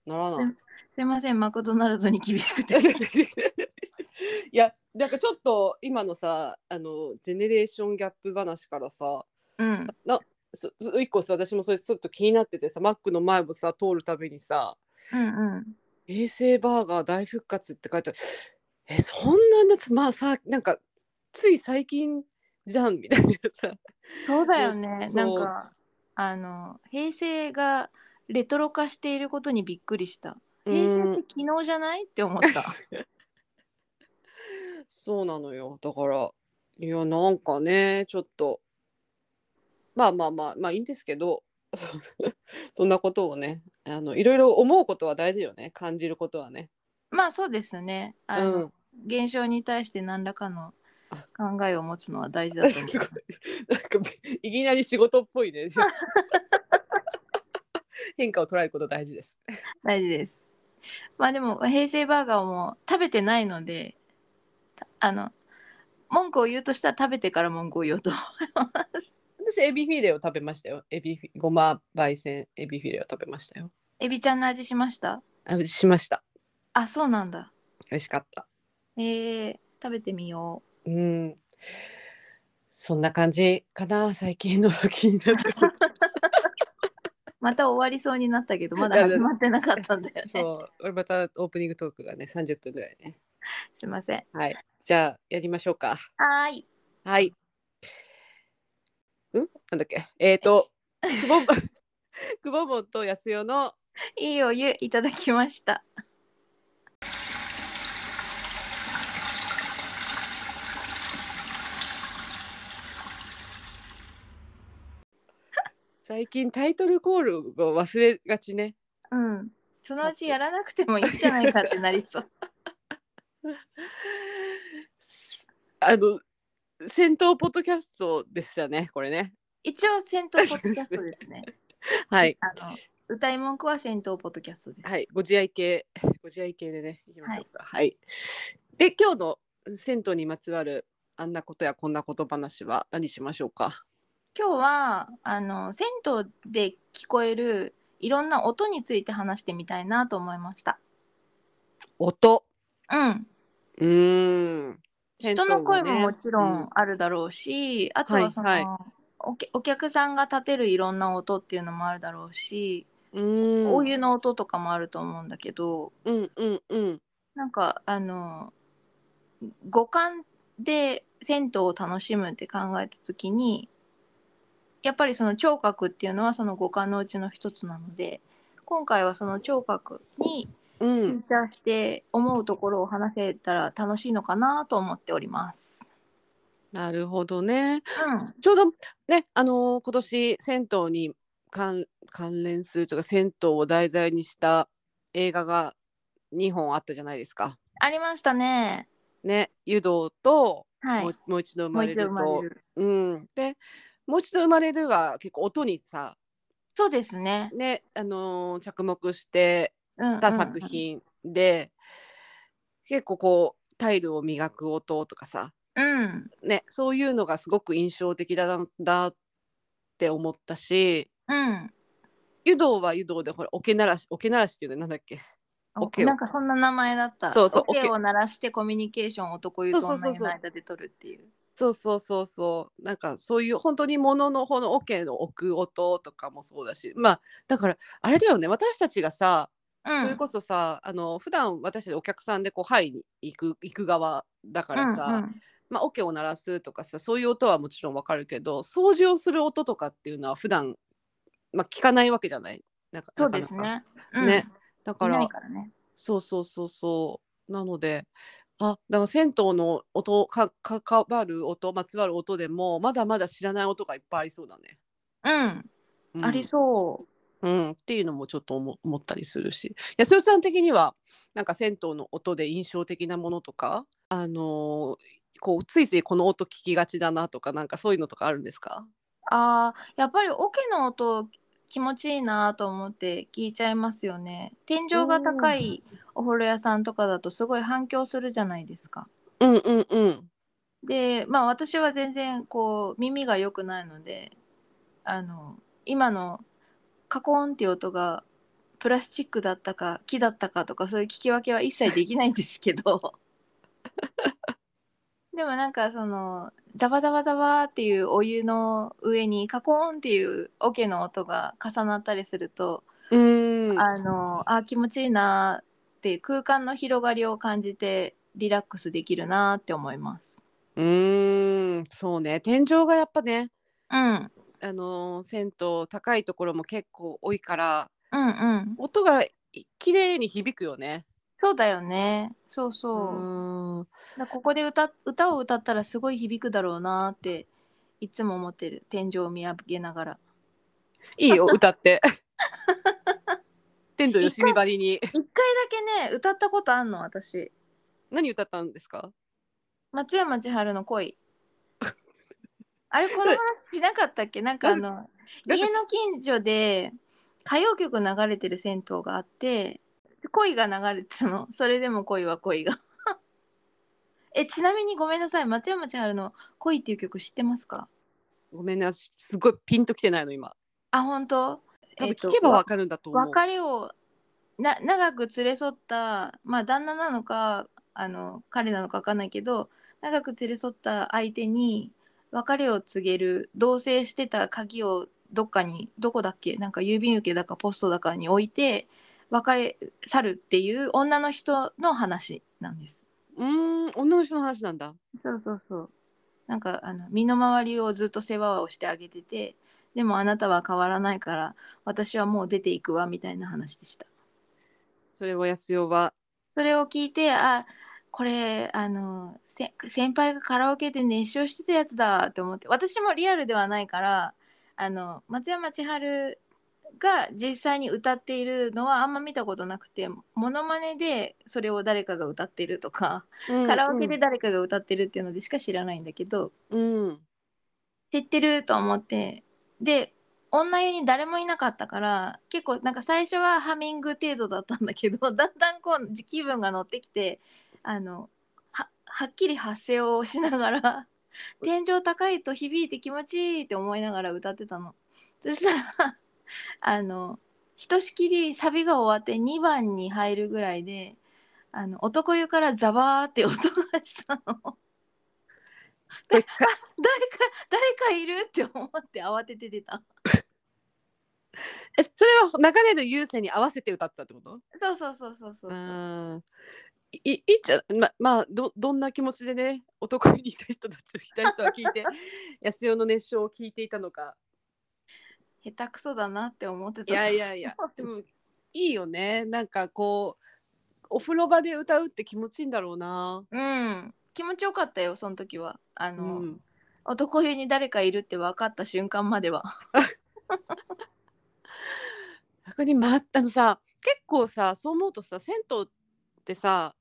[SPEAKER 1] ならない
[SPEAKER 2] すすいませんマクドナルドに厳しくて
[SPEAKER 1] いやなんかちょっと今のさあのジェネレーションギャップ話からさ
[SPEAKER 2] うん
[SPEAKER 1] そそ一個さ私もそれちょっと気になっててさマックの前をさ通るたびにさ
[SPEAKER 2] うんうん
[SPEAKER 1] 「衛生バーガー大復活」って書いてあるえそんなやつまあさなんかつい最近じゃんみたいなさ
[SPEAKER 2] そうだよね
[SPEAKER 1] そう
[SPEAKER 2] なんかあの平成がレトロ化していることにびっくりした平成って昨日じゃないって思った
[SPEAKER 1] そうなのよだからいやなんかねちょっとまあまあまあまあいいんですけど そんなことをねあのいろいろ思うことは大事よね感じることはね。
[SPEAKER 2] まあそうですね。あ
[SPEAKER 1] う
[SPEAKER 2] の、
[SPEAKER 1] ん、
[SPEAKER 2] 現象に対して何らかの
[SPEAKER 1] あ
[SPEAKER 2] 考えを持つのは大事だと 思
[SPEAKER 1] すごいなんかいきなり仕事っぽ いね。変化を捉えること大事です。
[SPEAKER 2] う。大事です。まあでも平成バーガーも食べてないので、たあの文句を言うとしたら食べてから文句を言おうと。
[SPEAKER 1] 私エビフィレを食べましたよ。エビフィごま焙煎エビフィレを食べましたよ。
[SPEAKER 2] エビちゃんの味しました？
[SPEAKER 1] あしました。
[SPEAKER 2] あ、そうなんだ。
[SPEAKER 1] 美味しかった。
[SPEAKER 2] えー、食べてみよう。
[SPEAKER 1] うん。そんな感じかな最近の気になったこと
[SPEAKER 2] また終わりそうになった けどまだ始まってなかったんだよ ね。
[SPEAKER 1] そう、俺またオープニングトークがね、30分ぐらいね。
[SPEAKER 2] すいません。
[SPEAKER 1] はい、じゃあ、やりましょうか。
[SPEAKER 2] はーい。
[SPEAKER 1] はい。うん、なんだっけ、えっ、ー、と、くぼん。 くぼもんとやすよの。
[SPEAKER 2] いいお湯いただきました。
[SPEAKER 1] 最近タイトルコールを忘れがちね。
[SPEAKER 2] うん。そのうちやらなくてもいいんじゃないかってなり そう。
[SPEAKER 1] あの。戦闘ポッドキャストでしたね、これね。
[SPEAKER 2] 一応戦闘ポッドキャストです ね。
[SPEAKER 1] はい。
[SPEAKER 2] あの歌い文句は戦闘ポッドキャストです。
[SPEAKER 1] はい、ご自愛系、ご自愛系でね、いきましょうか。はい。で、今日の銭湯にまつわる。あんなことやこんなこと話は何しましょうか。
[SPEAKER 2] 今日はあの銭湯で聞こえるいろんな音について話してみたいなと思いました。
[SPEAKER 1] 音。
[SPEAKER 2] うん。
[SPEAKER 1] うーん。
[SPEAKER 2] 人の声ももちろ
[SPEAKER 1] うん
[SPEAKER 2] んあるだろうし、あとはその、
[SPEAKER 1] はい
[SPEAKER 2] おけお客さんが立てるいろんな音っていうのもあるだろうし、
[SPEAKER 1] うーん
[SPEAKER 2] お湯の音とかもあると思うんだけど、
[SPEAKER 1] うんうんうん。
[SPEAKER 2] なんかあの五感で銭湯を楽しむって考えた時にやっぱりその聴覚っていうのはその五感のうちの一つなので今回はその聴覚に
[SPEAKER 1] う
[SPEAKER 2] フ
[SPEAKER 1] ん
[SPEAKER 2] ィー。チャーして思うところを話せたら楽しいのかなと思っております。
[SPEAKER 1] なるほどね。
[SPEAKER 2] うん、
[SPEAKER 1] ちょうどね、あのー今年銭湯に関関連するというか銭湯を題材にした映画が2本あったじゃないですか。
[SPEAKER 2] ありましたね。
[SPEAKER 1] ね、湯道と、
[SPEAKER 2] はい。
[SPEAKER 1] もうもう一度生
[SPEAKER 2] も
[SPEAKER 1] ま
[SPEAKER 2] う
[SPEAKER 1] れ
[SPEAKER 2] 一度
[SPEAKER 1] る
[SPEAKER 2] 生ま
[SPEAKER 1] と
[SPEAKER 2] れ。る。
[SPEAKER 1] うん、でもう一度生まれるは結構音にさ、
[SPEAKER 2] そうですね。
[SPEAKER 1] ねあのー着目して
[SPEAKER 2] うん、う
[SPEAKER 1] っ
[SPEAKER 2] んう
[SPEAKER 1] た
[SPEAKER 2] ん
[SPEAKER 1] 作。品で、結構こうタイルを磨く音とかさ、
[SPEAKER 2] うん。
[SPEAKER 1] ね、そういうのがすごく印象的だなだって思ったし
[SPEAKER 2] うん。
[SPEAKER 1] 湯道は湯道でほら桶鳴らし桶鳴らしっていうのなんだっけ
[SPEAKER 2] お
[SPEAKER 1] 桶を
[SPEAKER 2] なんかそんな名前だった。
[SPEAKER 1] そうそう
[SPEAKER 2] オケ
[SPEAKER 1] オケ
[SPEAKER 2] を鳴らしてコミュニケーションを男湯と
[SPEAKER 1] そうそ
[SPEAKER 2] 女
[SPEAKER 1] うそ
[SPEAKER 2] 湯
[SPEAKER 1] うそう
[SPEAKER 2] の間で取るっていう。
[SPEAKER 1] そうそうそうそうなんかそういう本当に物の方の桶の置く音とかもそうだしまあだからあれだよね私たちがさ、
[SPEAKER 2] うん
[SPEAKER 1] それこそさあの普段私たちお客さんでこう「はい」に行く行く側だからさ、
[SPEAKER 2] うんうん
[SPEAKER 1] まあ、オケを鳴らすとかさそういう音はもちろんわかるけど掃除をする音とかっていうのは普段まあ聞かないわけじゃないなんか
[SPEAKER 2] そうです
[SPEAKER 1] なかなか
[SPEAKER 2] ね。うん
[SPEAKER 1] ね。だか
[SPEAKER 2] いな
[SPEAKER 1] ら
[SPEAKER 2] いからね。
[SPEAKER 1] そうそうそうそうなのであだから銭湯の音かか関わる音まつわる音でもまだまだ知らない音がいっぱいありそうだね。
[SPEAKER 2] うん、
[SPEAKER 1] うん
[SPEAKER 2] ありそう。
[SPEAKER 1] うん、っていうのもちょっと思思ったりするし安代さん的にはなんか銭湯の音で印象的なものとか、あのーこうついついこの音聞きがちだなとかなんかそういうのとかあるんですか
[SPEAKER 2] あーやっぱりオケの音気持ちいいなと思って聞いちゃいますよね。天井が高いお風呂屋さんとかだとすごい反響するじゃないですか。
[SPEAKER 1] うんうんうん
[SPEAKER 2] でまあ私は全然こう耳が良くないのであの今のカコーンっていう音がプラスチックだったか木だったかとかそういう聞き分けは一切できないんですけど でもなんかそのザバザバザバっていうお湯の上にカコーンっていう桶の音が重なったりすると、
[SPEAKER 1] うーん
[SPEAKER 2] あのあ気持ちいいなーって空間の広がりを感じてリラックスできるなーって思います。
[SPEAKER 1] うーんそうね天井がやっぱね、
[SPEAKER 2] うん
[SPEAKER 1] あのー銭湯高いところも結構多いから
[SPEAKER 2] うんうん、
[SPEAKER 1] 音がい綺麗に響くよね。
[SPEAKER 2] そうだよね。そうそう。
[SPEAKER 1] うーん
[SPEAKER 2] だここで歌歌を歌ったらすごい響くだろうなーっていつも思ってる。天井を見上げながら。
[SPEAKER 1] い いよ歌って。天童よしみばりに
[SPEAKER 2] 一回だけね歌ったことあんの私。
[SPEAKER 1] 何歌ったんですか
[SPEAKER 2] 松山千春の 恋。あれこの話しなかったっけ？なんかあの
[SPEAKER 1] なんか
[SPEAKER 2] 家の近所で歌謡曲流れてる銭湯があって恋が流れてたの。それでも恋は恋が。 えちなみにごめんなさい松山千春の恋っていう曲知ってますか？
[SPEAKER 1] ごめんなすごいピンときてないの今
[SPEAKER 2] あ本当
[SPEAKER 1] 多分
[SPEAKER 2] えっと
[SPEAKER 1] 聞けばわかるんだと思う、
[SPEAKER 2] 別れをな長く連れ添ったまあ旦那なのかあの彼なのか分かんないけど長く連れ添った相手に別れを告げる同棲してた鍵をどっかにどこだっけなんか郵便受けだかポストだかに置いて別れ去るっていう女の人の話なんです。
[SPEAKER 1] うーん女の人の話なんだ
[SPEAKER 2] そうそうそう。なんかあの身の回りをずっと世話をしてあげててでもあなたは変わらないから私はもう出ていくわみたいな話でした。
[SPEAKER 1] それを安代は
[SPEAKER 2] それを聞いてあこれあのせ先輩がカラオケで熱唱してたやつだって思って私もリアルではないからあの松山千春が実際に歌っているのはあんま見たことなくてモノマネでそれを誰かが歌ってるとか、カラオケで誰かが歌ってるっていうのでしか知らないんだけど
[SPEAKER 1] うん、うん
[SPEAKER 2] 知ってると思ってで女湯に誰もいなかったから結構なんか最初はハミング程度だったんだけど だんだんこう気分が乗ってきてあのははっきり発声をしながら 天井高いと響いて気持ちいいって思いながら歌ってたの。そしたら あのひとしきりサビが終わって2番に入るぐらいであの男湯からザバーって音がしたの。
[SPEAKER 1] これか
[SPEAKER 2] 誰か誰かいるって思って慌てて出た
[SPEAKER 1] えそれは流れる優勢に合わせて歌ってたってこと
[SPEAKER 2] そうそうそうそうそ
[SPEAKER 1] う
[SPEAKER 2] うそう
[SPEAKER 1] ーんいいいじゃままあどどんな気持ちでね男にいた人たちをいた人は聞いて安代の熱唱を聞いていたのか
[SPEAKER 2] 下手くそだなって思って
[SPEAKER 1] い
[SPEAKER 2] た
[SPEAKER 1] やいやいやでもいいよねなんかこうお風呂場で歌うって気持ちいいんだろうな
[SPEAKER 2] うん気持ちよかったよその時はあ
[SPEAKER 1] う
[SPEAKER 2] の、
[SPEAKER 1] ん
[SPEAKER 2] 男湯に誰かいるって分かった瞬間までは
[SPEAKER 1] 逆にまあのさ結構さそう思うとさ銭湯ってさ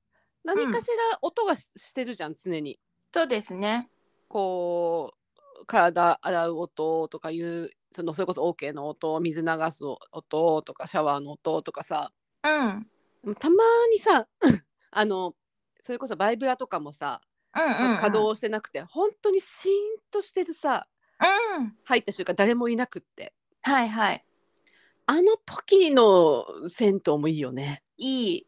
[SPEAKER 1] 何かしら音がし,、してるじゃん常に
[SPEAKER 2] そうですね
[SPEAKER 1] こう体洗う音とかいうそのそれこそ OK の音水流す音とかシャワーの音とかさ
[SPEAKER 2] うんうん
[SPEAKER 1] もうたまにさ あのそれこそバイブラとかもさ
[SPEAKER 2] うん、うん、
[SPEAKER 1] 稼働してなくて、本当にシーンとしてるさ
[SPEAKER 2] うん
[SPEAKER 1] 入った瞬間誰もいなくって
[SPEAKER 2] はいはい
[SPEAKER 1] あの時の銭湯もいいよね。
[SPEAKER 2] いい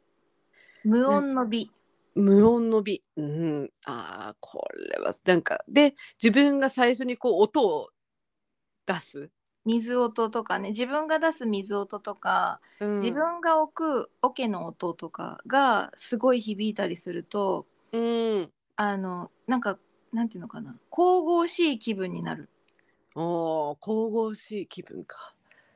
[SPEAKER 2] 無音の美、
[SPEAKER 1] 無音の美。うん。ああ、これは、なんか、で、自分が最初にこう音を出す。
[SPEAKER 2] 水音とかね自分が出す水音とか、
[SPEAKER 1] うん
[SPEAKER 2] 自分が置く桶の音とかがすごい響いたりすると
[SPEAKER 1] うん。
[SPEAKER 2] あのなんかなんていうのかな神々しい気分になる。
[SPEAKER 1] おお、神々しい気分か。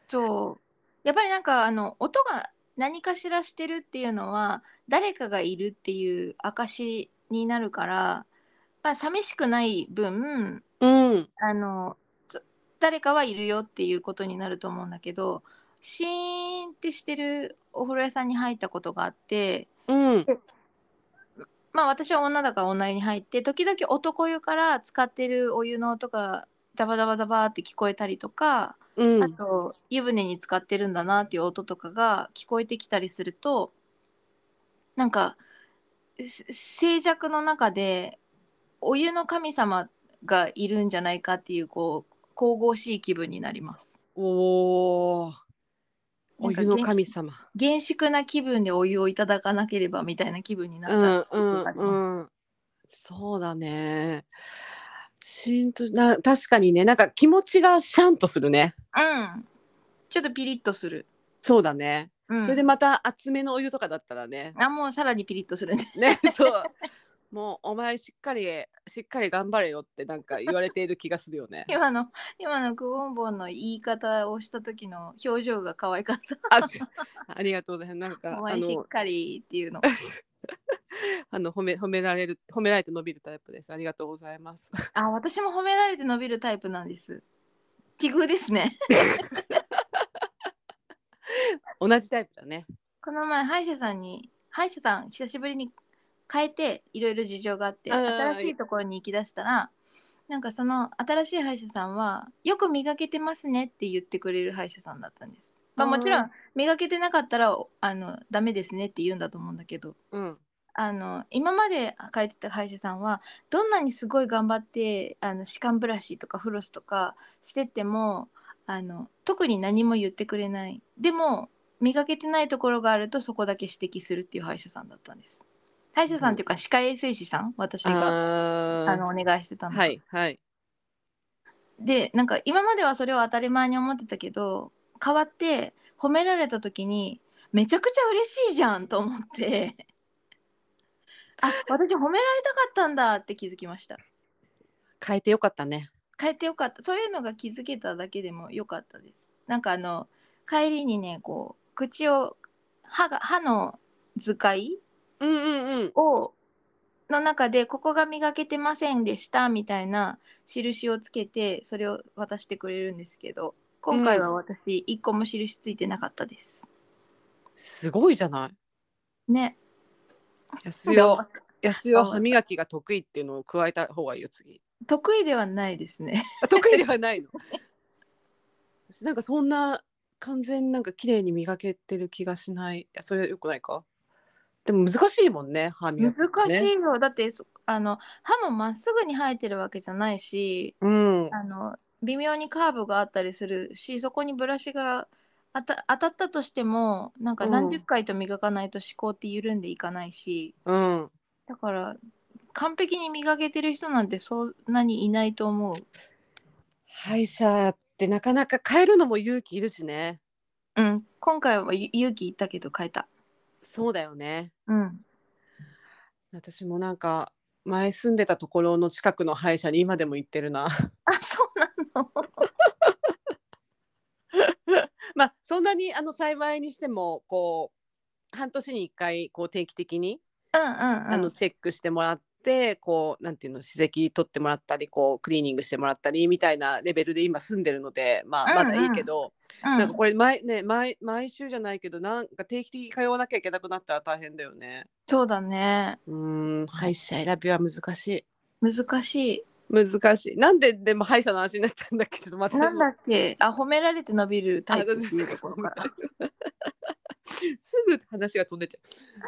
[SPEAKER 2] そうやっぱりなんかあの音が何かしらしてるっていうのは誰かがいるっていう証になるから、まあ、寂しくない分
[SPEAKER 1] うん。
[SPEAKER 2] あのつ誰かはいるよっていうことになると思うんだけどシーンってしてるお風呂屋さんに入ったことがあって
[SPEAKER 1] うん。
[SPEAKER 2] まあ私は女だから女湯に入って時々男湯から使ってるお湯の音がダバダバダバって聞こえたりとか
[SPEAKER 1] うん
[SPEAKER 2] あ。と湯船に使ってるんだなっていう音とかが聞こえてきたりするとなんかせ静寂の中でお湯の神様がいるんじゃないかっていうこう神々しい気分になります。
[SPEAKER 1] おお。お湯の神様。
[SPEAKER 2] 厳粛な気分でお湯をいただかなければみたいな気分にな
[SPEAKER 1] う
[SPEAKER 2] っ
[SPEAKER 1] ん
[SPEAKER 2] た
[SPEAKER 1] う
[SPEAKER 2] ことがあります
[SPEAKER 1] んうん。そうだね。しんとな確かにね、なんか気持ちがシャンとするね。
[SPEAKER 2] うんちょっとピリッとする。
[SPEAKER 1] そうだね。
[SPEAKER 2] うん
[SPEAKER 1] それでまた熱めのお湯とかだったら ね。
[SPEAKER 2] あもうさらにピリッとするね。。
[SPEAKER 1] ね、そう。もうお前しっかりしっかり頑張れよってなんか言われている気がする よね
[SPEAKER 2] 今の今のクボンボンの言い方をした時の表情が可愛かった。
[SPEAKER 1] あすありがとうございます。なんか
[SPEAKER 2] お
[SPEAKER 1] あ
[SPEAKER 2] 前し
[SPEAKER 1] の
[SPEAKER 2] っかりって いうの。
[SPEAKER 1] あの褒め褒められる褒められて伸びるタイプです。ありがとうございます。
[SPEAKER 2] あ、私も褒められて伸びるタイプなんです。奇遇ですね。
[SPEAKER 1] 同じタイプだね。
[SPEAKER 2] この前歯医者さんに歯医者さん久しぶりに変えていろいろ事情があって
[SPEAKER 1] あー
[SPEAKER 2] 新しいところに行きだしたらなんかその新しい歯医者さんはよく磨けてますねって言ってくれる歯医者さんだったんです。まあ、
[SPEAKER 1] あー
[SPEAKER 2] もちろん磨けてなかったらあのダメですねって言うんだと思うんだけど
[SPEAKER 1] うん
[SPEAKER 2] あの今まで通ってた歯医者さんはどんなにすごい頑張ってあの歯間ブラシとかフロスとかしてってもあの特に何も言ってくれないでも磨けてないところがあるとそこだけ指摘するっていう歯医者さんだったんです歯医者さんっていうか歯科衛生士さん私
[SPEAKER 1] あ
[SPEAKER 2] が
[SPEAKER 1] ー
[SPEAKER 2] あのお願いしてたの、
[SPEAKER 1] はいはい。
[SPEAKER 2] でなんか今まではそれを当たり前に思ってたけど変わって褒められた時にめちゃくちゃ嬉しいじゃんと思ってあ私褒められたかったんだって気づきました
[SPEAKER 1] 変えてよかったね。
[SPEAKER 2] 変えてよかったそういうのが気づけただけでもよかったですなんかあの帰りにねこう口を歯が歯の図解
[SPEAKER 1] うんうんうん。
[SPEAKER 2] をの中でここが磨けてませんでしたみたいな印をつけてそれを渡してくれるんですけど今回は私一個も印ついてなかったです、
[SPEAKER 1] すごいじゃない。
[SPEAKER 2] ね
[SPEAKER 1] 安代
[SPEAKER 2] ど
[SPEAKER 1] 安代歯磨きが得意っていうのを加えた方がいいよ次。
[SPEAKER 2] う得意ではないですね
[SPEAKER 1] あ得意では ないの。なんかそんな完全になんか綺麗に磨けてる気がしない。いやそれ良くないか。でも難しいもんね歯磨
[SPEAKER 2] 難
[SPEAKER 1] きって、ね。
[SPEAKER 2] しい
[SPEAKER 1] い。
[SPEAKER 2] よだってそあの歯もまっすぐに生えてるわけじゃないし
[SPEAKER 1] うん。
[SPEAKER 2] あの微妙にカーブがあったりするしそこにブラシがあた当たったとしてもなんか何十回と磨かないと思考って緩んでいかないし、
[SPEAKER 1] うん。
[SPEAKER 2] だから完璧に磨けてる人なんてそんなにいないと思う
[SPEAKER 1] 歯医者ってなかなか変えるのも勇気いるしね。
[SPEAKER 2] うん今回はゆ勇気いったけど変えた
[SPEAKER 1] そうだよね。
[SPEAKER 2] うん
[SPEAKER 1] 私もなんか前住んでたところの近くの歯医者に今でも行ってるな。
[SPEAKER 2] あそうなの
[SPEAKER 1] まあそんなにあの幸いにしてもこう半年に1回こう定期的に、
[SPEAKER 2] うんうん、うん、
[SPEAKER 1] あのチェックしてもらってこうなんていうの歯石取ってもらったりこうクリーニングしてもらったりみたいなレベルで今住んでるので、まあ、
[SPEAKER 2] うんう
[SPEAKER 1] ま
[SPEAKER 2] ん
[SPEAKER 1] だいいけど、
[SPEAKER 2] うん
[SPEAKER 1] なんかこれ毎,、ね、毎毎週じゃないけどなんか定期的に通わなきゃいけなくなったら大変だよね。
[SPEAKER 2] そうだね
[SPEAKER 1] うーん歯医者選びは難しい。
[SPEAKER 2] 難し
[SPEAKER 1] 難しい。なんででも歯医者の話になったんだっけどま
[SPEAKER 2] い
[SPEAKER 1] た
[SPEAKER 2] なんだっけあ褒められて伸びるタイプ
[SPEAKER 1] あ
[SPEAKER 2] っていうところから
[SPEAKER 1] すぐ話が飛んでっちゃう。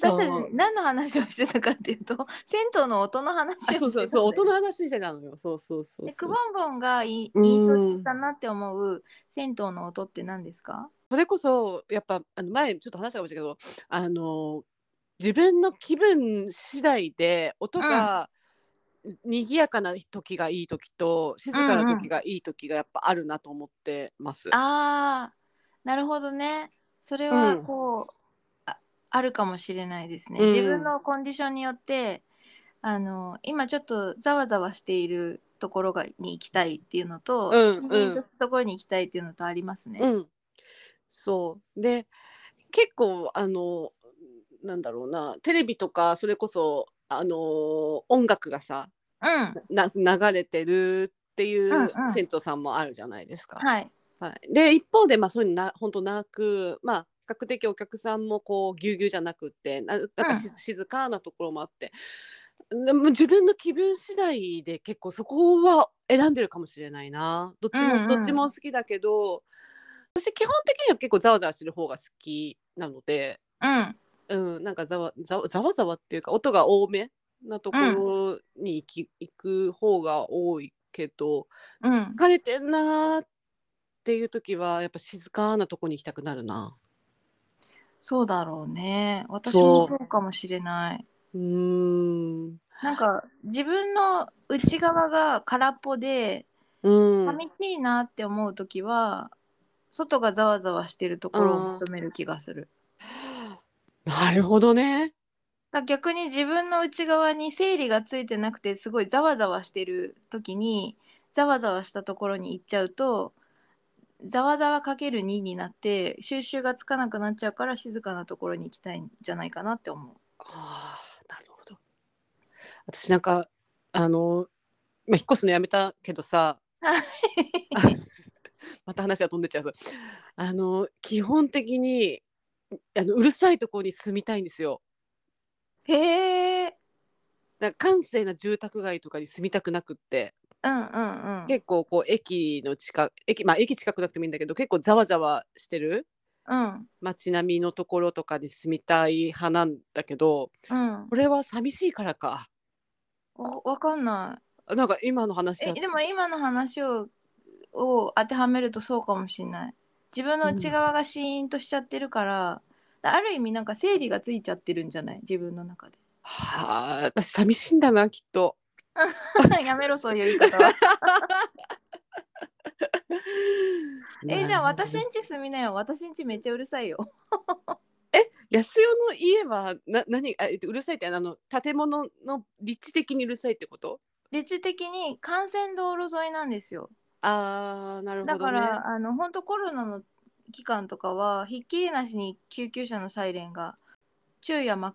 [SPEAKER 2] 私たち
[SPEAKER 1] そう
[SPEAKER 2] 何の話をしてたかっていうと銭湯の音の話をして
[SPEAKER 1] あ
[SPEAKER 2] た
[SPEAKER 1] そうそうそう音
[SPEAKER 2] の
[SPEAKER 1] の話してたのよ。そうそうそう
[SPEAKER 2] え
[SPEAKER 1] そ
[SPEAKER 2] く
[SPEAKER 1] う
[SPEAKER 2] ぼんぼんがい
[SPEAKER 1] うん
[SPEAKER 2] 印象的だなって思う銭湯の音って何ですか
[SPEAKER 1] それこそやっぱあの前ちょっと話したかもしれないけどあの自分の気分次第で音が賑やかな時がいい時と静かな時がいい時がやっぱあるなと思ってます。
[SPEAKER 2] あーなるほどねそれ
[SPEAKER 1] う
[SPEAKER 2] は
[SPEAKER 1] ん
[SPEAKER 2] こう、ああるかもしれないですね、
[SPEAKER 1] うん
[SPEAKER 2] 自分のコンディションによってあの今ちょっとざわざわしているところがに行きたいっていうの
[SPEAKER 1] う
[SPEAKER 2] と、
[SPEAKER 1] ん
[SPEAKER 2] 森林とところに行きたいっていうのとありますね、
[SPEAKER 1] うん、そうで結構あのなんだろうなテレビとかそれこそあの音楽がさ
[SPEAKER 2] うん、
[SPEAKER 1] な流れてるってい
[SPEAKER 2] ん
[SPEAKER 1] う
[SPEAKER 2] うん
[SPEAKER 1] 銭湯さんもあるじゃないですか。
[SPEAKER 2] はい
[SPEAKER 1] はい、で一方で、まあ、そういうのな本当なく、まあ、比較的お客さんもこうぎゅうぎゅうじゃなくってななんかし
[SPEAKER 2] う
[SPEAKER 1] 静かなところもあって、でも自分の気分次第で結構そこは選んでるかもしれないなどっちも、
[SPEAKER 2] うんうん
[SPEAKER 1] どっちも好きだけど私基本的には結構ざわざわしてる方が好きなので、
[SPEAKER 2] うん
[SPEAKER 1] うん、なんかざわざわざわざわっていうか音が多めなところに行き、行く方が多いけど。
[SPEAKER 2] うん
[SPEAKER 1] 疲れてんなーっていう時はやっぱ静かなとこに行きたくなるな
[SPEAKER 2] そうだろうね私
[SPEAKER 1] そ
[SPEAKER 2] も
[SPEAKER 1] う
[SPEAKER 2] そうかもしれないう
[SPEAKER 1] ーん
[SPEAKER 2] なんか自分の内側が空っぽで
[SPEAKER 1] うん
[SPEAKER 2] 寂しいなって思う時は外がざわざわしてるところを求める気がする。
[SPEAKER 1] なるほどね
[SPEAKER 2] だから逆に自分の内側に整理がついてなくてすごいざわざわしてる時にざわざわしたところに行っちゃうとざわざわかける2になって収集がつかなくなっちゃうから静かなところに行きたいんじゃないかなって 思う。
[SPEAKER 1] あーなるほど私なんかあの、まあ、引っ越すのやめたけどさまた話が飛んでっちゃうぞあの基本的にあのうるさいとこに住みたいんですよ
[SPEAKER 2] へえ
[SPEAKER 1] なんか閑静な住宅街とかに住みたくなくって
[SPEAKER 2] うんうんうん。
[SPEAKER 1] 結構こう駅の近く駅まあ駅近くなくてもいいんだけど結構ざわざわしてる
[SPEAKER 2] うん
[SPEAKER 1] 街並みのところとかに住みたい派なんだけど
[SPEAKER 2] うん
[SPEAKER 1] こ、れは寂しいからか
[SPEAKER 2] わわかんない。
[SPEAKER 1] なんか今の話
[SPEAKER 2] え
[SPEAKER 1] は
[SPEAKER 2] でも今の話をを当てはめるとそうかもしれない自分の内側がシーンとしちゃってるから、だある意味なんか整理がついちゃってるんじゃない自分の中で
[SPEAKER 1] はあ私寂しいんだなきっと
[SPEAKER 2] やめろそういう言い 方はえじゃあ
[SPEAKER 1] なるほ
[SPEAKER 2] 私
[SPEAKER 1] どね
[SPEAKER 2] んち住みなよ私んちめっちゃうるさいよ
[SPEAKER 1] 安代の家はな何あえっとうるさいってあの建物の立地的にうるさいってこと
[SPEAKER 2] 立地的に幹線道路沿いなんですよ
[SPEAKER 1] あーなるほど、
[SPEAKER 2] だ
[SPEAKER 1] ね、
[SPEAKER 2] から、あの本当コロナの期間とかはひっきりなしに救急車のサイレンが昼夜、ま、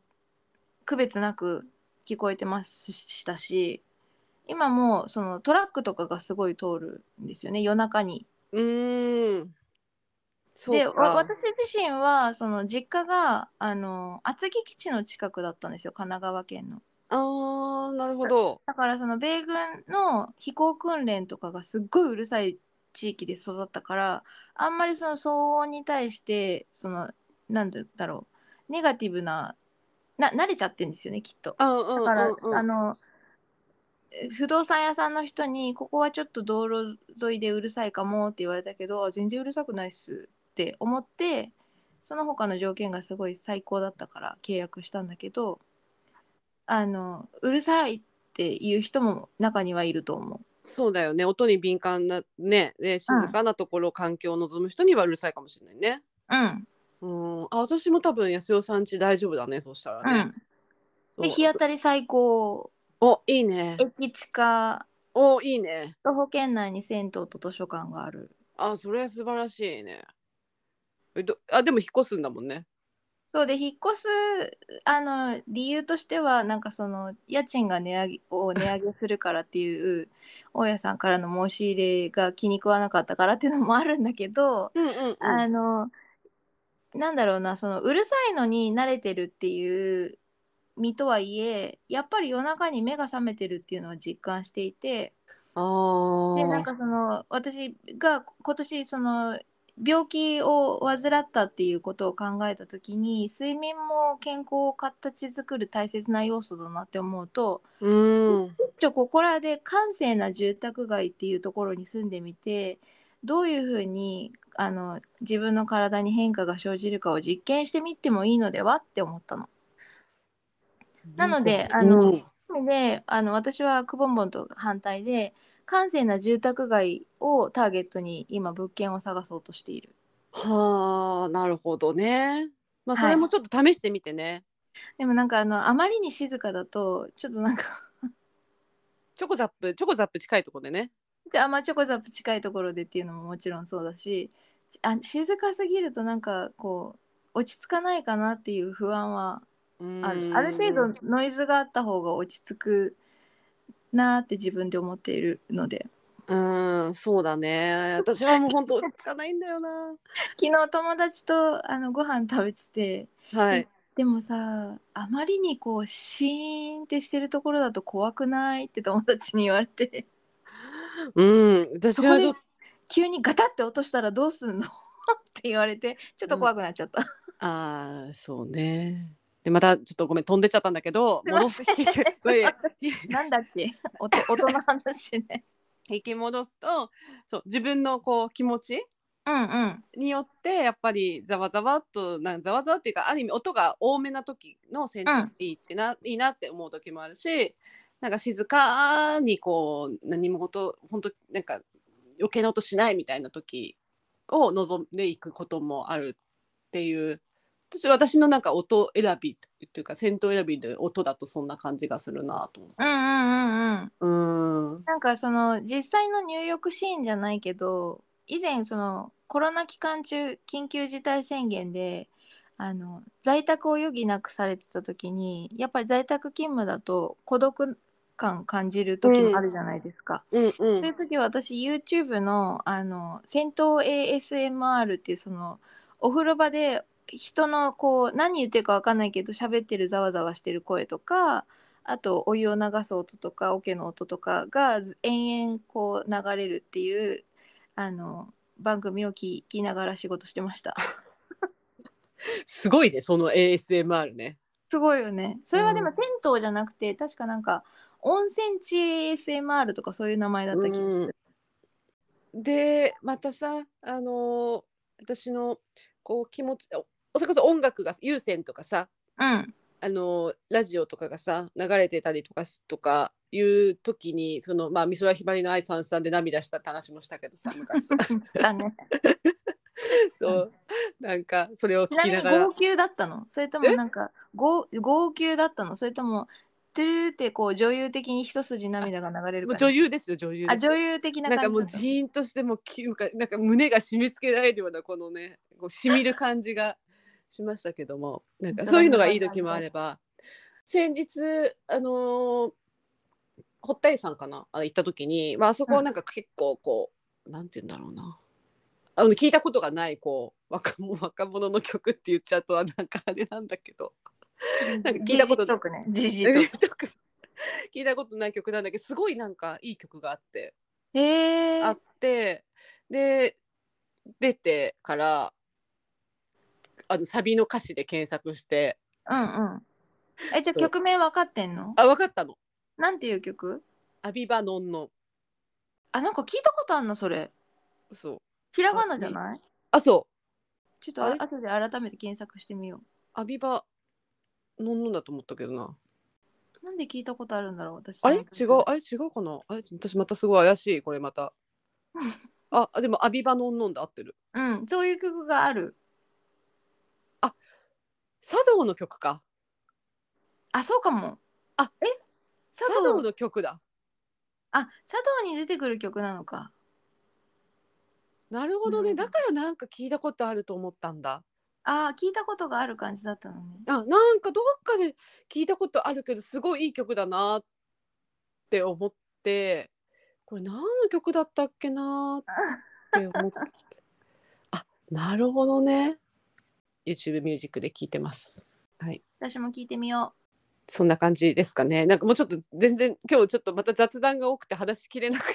[SPEAKER 2] 区別なく聞こえてましたし今もうそのトラックとかがすごい通るんですよね夜中に。
[SPEAKER 1] うーんそう
[SPEAKER 2] で
[SPEAKER 1] か
[SPEAKER 2] わ私自身はその実家があの厚木基地の近くだったんですよ神奈川県の。
[SPEAKER 1] あーなるほど
[SPEAKER 2] だからその米軍の飛行訓練とかがすっごいうるさい地域で育ったからあんまりその騒音に対してそのなんだろうネガティブなな慣れちゃってんですよねきっと。
[SPEAKER 1] うんうん
[SPEAKER 2] だ
[SPEAKER 1] うん
[SPEAKER 2] から、
[SPEAKER 1] うん
[SPEAKER 2] あのえ不動産屋さんの人に「ここはちょっと道路沿いでうるさいかも」って言われたけどあ「全然うるさくないっす」って思ってその他の条件がすごい最高だったから契約したんだけどあのうるさいっていう人も中にはいると思う。
[SPEAKER 1] そうだよね音に敏感なねで静かなところ、環境を望む人にはうるさいかもしれないね。
[SPEAKER 2] うん、
[SPEAKER 1] うん、あ私も多分安代さんち大丈夫だねそうしたら
[SPEAKER 2] う
[SPEAKER 1] ね。
[SPEAKER 2] ん、で
[SPEAKER 1] そう
[SPEAKER 2] 日当たり最高
[SPEAKER 1] おいいね。
[SPEAKER 2] 駅近
[SPEAKER 1] おいいね。
[SPEAKER 2] 徒歩圏内に銭湯と図書館がある
[SPEAKER 1] あそれは素晴らしいね。えどあでも引っ越すんだもんね。
[SPEAKER 2] そうで引っ越すあの理由としてはなんかその家賃が値上げを値上げするからっていう 大家さんからの申し入れが気に食わなかったからっていうのもあるんだけど、
[SPEAKER 1] うんうんうん。
[SPEAKER 2] あのなんだろうなそのうるさいのに慣れてるっていう身とはいえやっぱり夜中に目が覚めてるっていうのは実感していて。
[SPEAKER 1] あ
[SPEAKER 2] で
[SPEAKER 1] ー
[SPEAKER 2] なんかその私が今年その病気を患ったっていうことを考えた時に睡眠も健康を形作る大切な要素だなって思うと
[SPEAKER 1] うん
[SPEAKER 2] ちょここらで閑静な住宅街っていうところに住んでみてどういうふうにあの自分の体に変化が生じるかを実験してみてもいいのではって思ったの。なのであの
[SPEAKER 1] うん
[SPEAKER 2] であの私はくぼんぼんと反対で閑静な住宅街をターゲットに今物件を探そうとしている。
[SPEAKER 1] はあなるほどね。まあ
[SPEAKER 2] は
[SPEAKER 1] そ
[SPEAKER 2] い
[SPEAKER 1] れもちょっと試してみてね。
[SPEAKER 2] でもなんかあのあまりに静かだとちょっとなんか
[SPEAKER 1] チョコザップチョコザップ近いところでね。
[SPEAKER 2] でアマチョコザップ近いところでっていうのももちろんそうだしあ静かすぎるとなんかこう落ち着かないかなっていう不安は
[SPEAKER 1] うん
[SPEAKER 2] あるある程度ノイズがあった方が落ち着くなーって自分で思っているので
[SPEAKER 1] うんそうだね。私はもう本当落ち着かないんだよな。
[SPEAKER 2] 昨日友達とあのご飯食べてて
[SPEAKER 1] はい。
[SPEAKER 2] でもさあまりにこうシーンってしてるところだと怖くないって友達に言われ て
[SPEAKER 1] うん私はちょっと
[SPEAKER 2] 急にガタって落としたらどうすんの って言われてちょっと怖くなっちゃった、
[SPEAKER 1] ああそうね。でまたちょっとごめん飛んでっちゃったんだけど
[SPEAKER 2] すいま
[SPEAKER 1] 戻す
[SPEAKER 2] せん
[SPEAKER 1] 引きいやいや
[SPEAKER 2] なんだっけおと音の話ね
[SPEAKER 1] 引き戻すとそう自分のこう気持ち
[SPEAKER 2] うんうん
[SPEAKER 1] によってやっぱりざわざわっとなんざわざわっていうかある意味音が多めな時の選択肢いいってな、いいなって思う時もあるしなんか静かにこう何も事本当なんか余計な音しないみたいな時を望んでいくこともあるっていうちょっと私のなんか音選びっていうか戦闘選びで音だとそんな感じがするなと思
[SPEAKER 2] うんうんうんうん
[SPEAKER 1] う。うん
[SPEAKER 2] なんかその実際の入浴シーンじゃないけど以前そのコロナ期間中緊急事態宣言であの在宅を余儀なくされてた時にやっぱり在宅勤務だと孤独感感じる時もあるじゃないですか。
[SPEAKER 1] うんう
[SPEAKER 2] そういうん時は私 YouTube のあの戦闘 ASMR っていうそのお風呂場で人のこう何言ってるか分かんないけど喋ってるざわざわしてる声とかあとお湯を流す音とか桶の音とかがず延々こう流れるっていうあの番組を聞きながら仕事してました
[SPEAKER 1] すごいねその ASMR ね。
[SPEAKER 2] すごいよねそれはでも
[SPEAKER 1] うん
[SPEAKER 2] 銭湯じゃなくて確かなんか温泉地 ASMR とかそういう名前だった気がする、
[SPEAKER 1] うんでまたさあのー私のこう気持ちおそれこそ音楽が有線とかさ
[SPEAKER 2] うん
[SPEAKER 1] あのーラジオとかがさ流れてたりとかしとかいう時にそのまあ美空ひばりの愛さんさんで涙したって話もしたけどさ 昔さ
[SPEAKER 2] だね
[SPEAKER 1] そうなんかそれを
[SPEAKER 2] ち
[SPEAKER 1] 聞
[SPEAKER 2] な
[SPEAKER 1] き
[SPEAKER 2] み
[SPEAKER 1] な
[SPEAKER 2] に
[SPEAKER 1] がら
[SPEAKER 2] 号泣だったのそれとも
[SPEAKER 1] え
[SPEAKER 2] なんか号号泣だったのそれともトゥルーってこう女優的に一筋涙が流れる
[SPEAKER 1] もう
[SPEAKER 2] 感
[SPEAKER 1] 女
[SPEAKER 2] じ
[SPEAKER 1] 優ですよ女優で
[SPEAKER 2] あ
[SPEAKER 1] す
[SPEAKER 2] 女優的な
[SPEAKER 1] なん
[SPEAKER 2] 感じ
[SPEAKER 1] かもう
[SPEAKER 2] だった
[SPEAKER 1] ジーンとしてもうきなんかなんか胸が締め付けられるようなこのねこう染みる感じがしましたけどもなんかそういうのがいい時もあれば先日あのー堀田井さんかなあ行った時に、まああそこはなんか結構こう、なんて言うんだろうなあの聞いたことがないこう若者若者の曲って言っちゃうとはなんかあれなんだけどなんか聞いたこと
[SPEAKER 2] ジジトークねジジトーク
[SPEAKER 1] 聞いたことない曲なんだけどすごいなんかいい曲があって。
[SPEAKER 2] へえ
[SPEAKER 1] あってで出てからあのサビの歌詞で検索して
[SPEAKER 2] うんうんえじゃあ
[SPEAKER 1] そう
[SPEAKER 2] 曲名分かってんの
[SPEAKER 1] あ分かったの
[SPEAKER 2] なんていう曲
[SPEAKER 1] 「アビバノンノ
[SPEAKER 2] あなんか聞いたことあんなそれ
[SPEAKER 1] ン」そう
[SPEAKER 2] ひらがなじゃない
[SPEAKER 1] あそう
[SPEAKER 2] ちょっと
[SPEAKER 1] あ
[SPEAKER 2] あ
[SPEAKER 1] れ
[SPEAKER 2] 後で改めて検索してみよ
[SPEAKER 1] アビバノンノンだと思ったけどな
[SPEAKER 2] うなんで聞いたことあるんだろう私
[SPEAKER 1] あれ違うあれ違うかなあれ私またすごい怪しいこれま たああでも「アビバノンノン」で合ってる
[SPEAKER 2] うんそういう曲がある
[SPEAKER 1] 佐藤の曲か
[SPEAKER 2] あそうかも
[SPEAKER 1] あ
[SPEAKER 2] え佐
[SPEAKER 1] 佐
[SPEAKER 2] 藤
[SPEAKER 1] 藤の曲だ
[SPEAKER 2] あ佐藤に出てくる曲なのか
[SPEAKER 1] なるほどね、
[SPEAKER 2] うん
[SPEAKER 1] だからなんか聞いたことあると思ったんだ
[SPEAKER 2] ああ聞いたことがある感じだったのね。
[SPEAKER 1] あなんかどっかで聞いたことあるけどすごいいい曲だなって思ってこれ何の曲だったっけなって思ってあなるほどね YouTube ミュージックで聴いてます
[SPEAKER 2] 私も聞いてみよ
[SPEAKER 1] そんな感じですかねなんかもうちょっと全然今日ちょっとまた雑談が多くて話しきれなく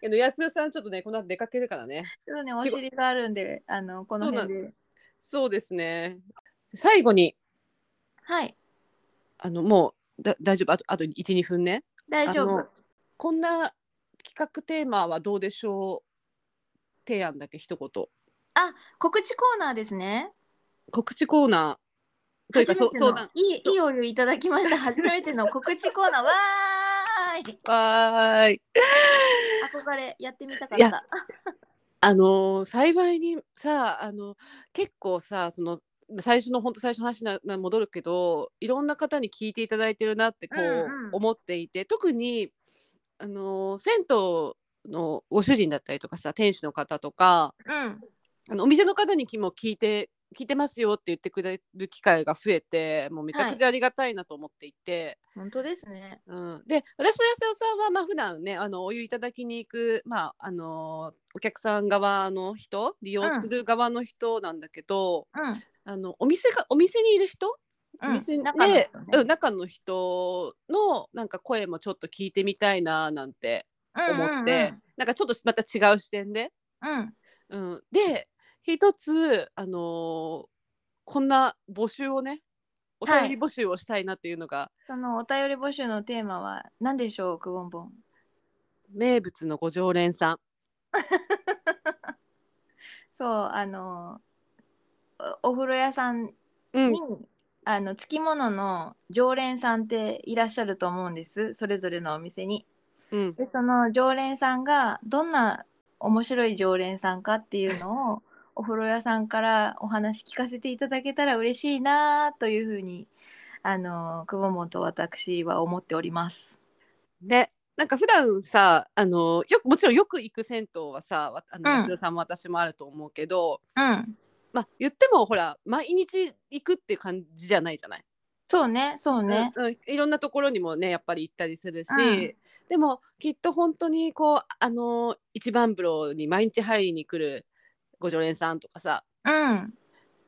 [SPEAKER 1] けど安田さんちょっとねこの後出かけるからね
[SPEAKER 2] ちょっとねお尻があるんであのこの辺で
[SPEAKER 1] そうですね最後に
[SPEAKER 2] はい
[SPEAKER 1] あのもうだ大丈夫あとあと12分ね
[SPEAKER 2] 大
[SPEAKER 1] あ
[SPEAKER 2] 丈
[SPEAKER 1] の
[SPEAKER 2] 夫
[SPEAKER 1] こんな企画テーマはどうでしょう提案だけ一言
[SPEAKER 2] 告知コーナーですね
[SPEAKER 1] 告知コーナーというか
[SPEAKER 2] 初
[SPEAKER 1] そう
[SPEAKER 2] めての
[SPEAKER 1] 相談
[SPEAKER 2] いいいいお湯いただきました初めての告知コーナーわーい
[SPEAKER 1] わーい
[SPEAKER 2] 憧れやってみたかっ
[SPEAKER 1] いや
[SPEAKER 2] た
[SPEAKER 1] あのー幸いにさあの結構さその最初の本当最初の話なな戻るけどいろんな方に聞いていただいてるなってこう
[SPEAKER 2] うんうん
[SPEAKER 1] 思っていて、特にあのー銭湯のご主人だったりとかさ店主の方とか
[SPEAKER 2] うん
[SPEAKER 1] あのお店の方にきも聞いて聞いてますよって言ってくれる機会が増えてもうめちゃくちゃありがたいなと思っていて。
[SPEAKER 2] 本当ですね
[SPEAKER 1] うん、で私と安代さんはまあ普段ねあのお湯いただきに行く、まああのお客さん側の人利用する側の人なんだけど、
[SPEAKER 2] うん
[SPEAKER 1] あのお店がお店にいる人、
[SPEAKER 2] う
[SPEAKER 1] お
[SPEAKER 2] ん
[SPEAKER 1] 店で
[SPEAKER 2] 中の人ね
[SPEAKER 1] うん、中の人のなんか声もちょっと聞いてみたいななんて思って、なんかちょっとまた違う視点で。
[SPEAKER 2] うんうんうん、うん
[SPEAKER 1] うん、で一つ、あのこんな募集をねお便り募集をしたいなというのが、
[SPEAKER 2] そのお便り募集のテーマは何でしょうくぼんぼん
[SPEAKER 1] 名物のご常連さん。
[SPEAKER 2] そうあのおお風呂屋さんに、
[SPEAKER 1] うん、
[SPEAKER 2] あのつきものの常連さんっていらっしゃると思うんですそれぞれのお店に。
[SPEAKER 1] うん、
[SPEAKER 2] でその常連さんがどんな面白い常連さんかっていうのを お風呂屋さんからお話聞かせていただけたら嬉しいなというふうにあのくぼもんと私は思っております。
[SPEAKER 1] ねなんか普段さあのよくもちろんよく行く銭湯はさわあの
[SPEAKER 2] うん
[SPEAKER 1] 安田さんも私もあると思うけど、
[SPEAKER 2] うん、
[SPEAKER 1] まあ言ってもほら毎日行くっていう感じじゃないじゃない。
[SPEAKER 2] そうねそうね。
[SPEAKER 1] うんうん、いろんなところにもねやっぱり行ったりするし、
[SPEAKER 2] うん
[SPEAKER 1] でもきっと本当にこうあの一番風呂に毎日入りに来るご常連さんとかさ、
[SPEAKER 2] うん、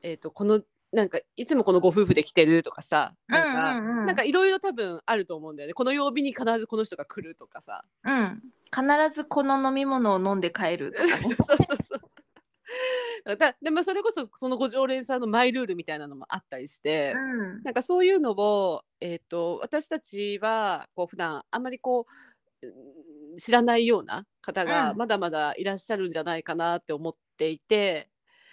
[SPEAKER 1] えー、とこのなんかいつもこのご夫婦で来てるとかさなんか、
[SPEAKER 2] うんうんうん
[SPEAKER 1] なんかいろいろ多分あると思うんだよねこの曜日に必ずこの人が来るとか さ。
[SPEAKER 2] うん、必ずこの飲み物を飲んで帰ると か
[SPEAKER 1] そう
[SPEAKER 2] ね。
[SPEAKER 1] そうそう。だでもそれこそそのご常連さんのマイルールみたいなのもあったりして、
[SPEAKER 2] うん
[SPEAKER 1] なんかそういうのを、えー、と私たちはこう普段あんまりこううん知らないような方が
[SPEAKER 2] うん
[SPEAKER 1] まだまだいらっしゃるんじゃないかなって思っていて、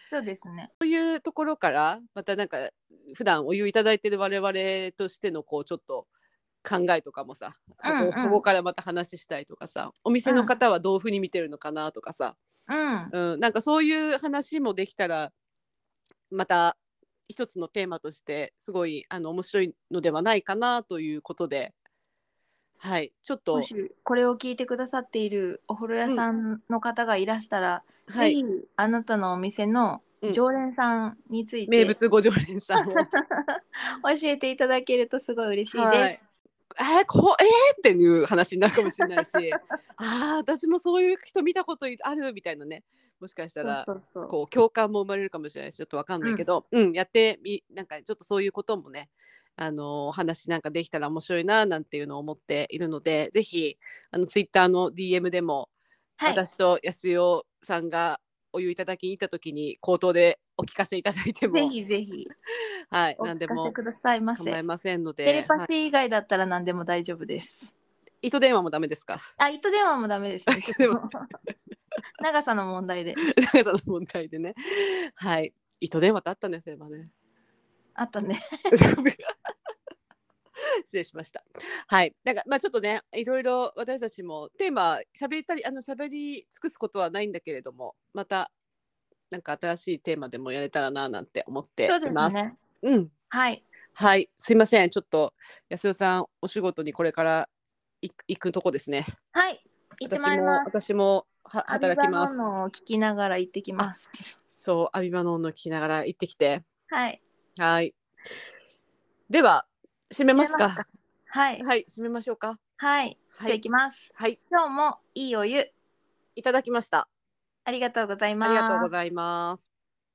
[SPEAKER 2] そうですね。
[SPEAKER 1] そういうところからまたなんか普段お湯いただいてる我々としてのこうちょっと考えとかもさそこ,、
[SPEAKER 2] うんうん
[SPEAKER 1] ここからまた話したいとかさお店の方はどういうふうに見てるのかなとかさ、
[SPEAKER 2] うん、
[SPEAKER 1] うん、なんかそういう話もできたらまた一つのテーマとしてすごいあの面白いのではないかなということではいちょっと
[SPEAKER 2] もしこれを聞いてくださっているお風呂屋さんの方がいらしたら、
[SPEAKER 1] は
[SPEAKER 2] ぜ
[SPEAKER 1] い
[SPEAKER 2] ひあなたのお店の常連さんについて、
[SPEAKER 1] 名物ご常連さ んを
[SPEAKER 2] 教えていただけるとすごい嬉しい
[SPEAKER 1] は
[SPEAKER 2] で
[SPEAKER 1] いえー、こうえー、っていう話になるかもしれないしあー私もそういう人見たことあるみたいなねもしかした
[SPEAKER 2] す。
[SPEAKER 1] ら
[SPEAKER 2] そうそうそう
[SPEAKER 1] こう共感も生まれるかもしれないしちょっとわかんないけど、うんやってみなんかちょっとそういうこともねあのお話なんかできたら面白いななんていうのを思っているのでぜひあのツイッターの DM でも、
[SPEAKER 2] はい、
[SPEAKER 1] 私と安代さんがお湯いただきに行った時に口頭でお聞かせいただいて
[SPEAKER 2] ぜ
[SPEAKER 1] も、
[SPEAKER 2] ひぜひ
[SPEAKER 1] はい、
[SPEAKER 2] お
[SPEAKER 1] 何で
[SPEAKER 2] 聞かせ
[SPEAKER 1] も
[SPEAKER 2] くださいま
[SPEAKER 1] 構い
[SPEAKER 2] せ。
[SPEAKER 1] ませんの
[SPEAKER 2] テレ
[SPEAKER 1] で、
[SPEAKER 2] パシ
[SPEAKER 1] はい、
[SPEAKER 2] ー以外だったら何でも大丈夫です。
[SPEAKER 1] 糸電話もダメですか
[SPEAKER 2] あ、糸電話もダメです、ね。
[SPEAKER 1] 糸電話
[SPEAKER 2] 長さの問題で
[SPEAKER 1] 長さの問題でねはい糸電話ってあったんですよ今ね
[SPEAKER 2] あっ たね。
[SPEAKER 1] 失礼しました。はい、なんかまあちょっとね、いろいろ私たちもテーマ喋ったりあの喋り尽くすことはないんだけれども、またなんか新しいテーマでもやれたらななんて思って
[SPEAKER 2] そうで
[SPEAKER 1] いますす。
[SPEAKER 2] ね。
[SPEAKER 1] うん、
[SPEAKER 2] はい、
[SPEAKER 1] はい、すいません、ちょっと安代さんお仕事にこれから行く行くとこですね。
[SPEAKER 2] はい、行って
[SPEAKER 1] 私
[SPEAKER 2] まいり
[SPEAKER 1] も
[SPEAKER 2] ます。
[SPEAKER 1] 私もは働きま
[SPEAKER 2] ア
[SPEAKER 1] す
[SPEAKER 2] ビ。バのを聞きながら行ってきます。
[SPEAKER 1] そう、アビバノンの聞きながら行ってきて、
[SPEAKER 2] はい。
[SPEAKER 1] はい。では締めます
[SPEAKER 2] 締め
[SPEAKER 1] か。
[SPEAKER 2] はい。
[SPEAKER 1] はい、締めましょうか。
[SPEAKER 2] はい。
[SPEAKER 1] はい
[SPEAKER 2] じゃあ行きます。
[SPEAKER 1] はい、
[SPEAKER 2] 今日もいいお湯
[SPEAKER 1] いただきました。
[SPEAKER 2] ありがとうございます。
[SPEAKER 1] ありがとうございます。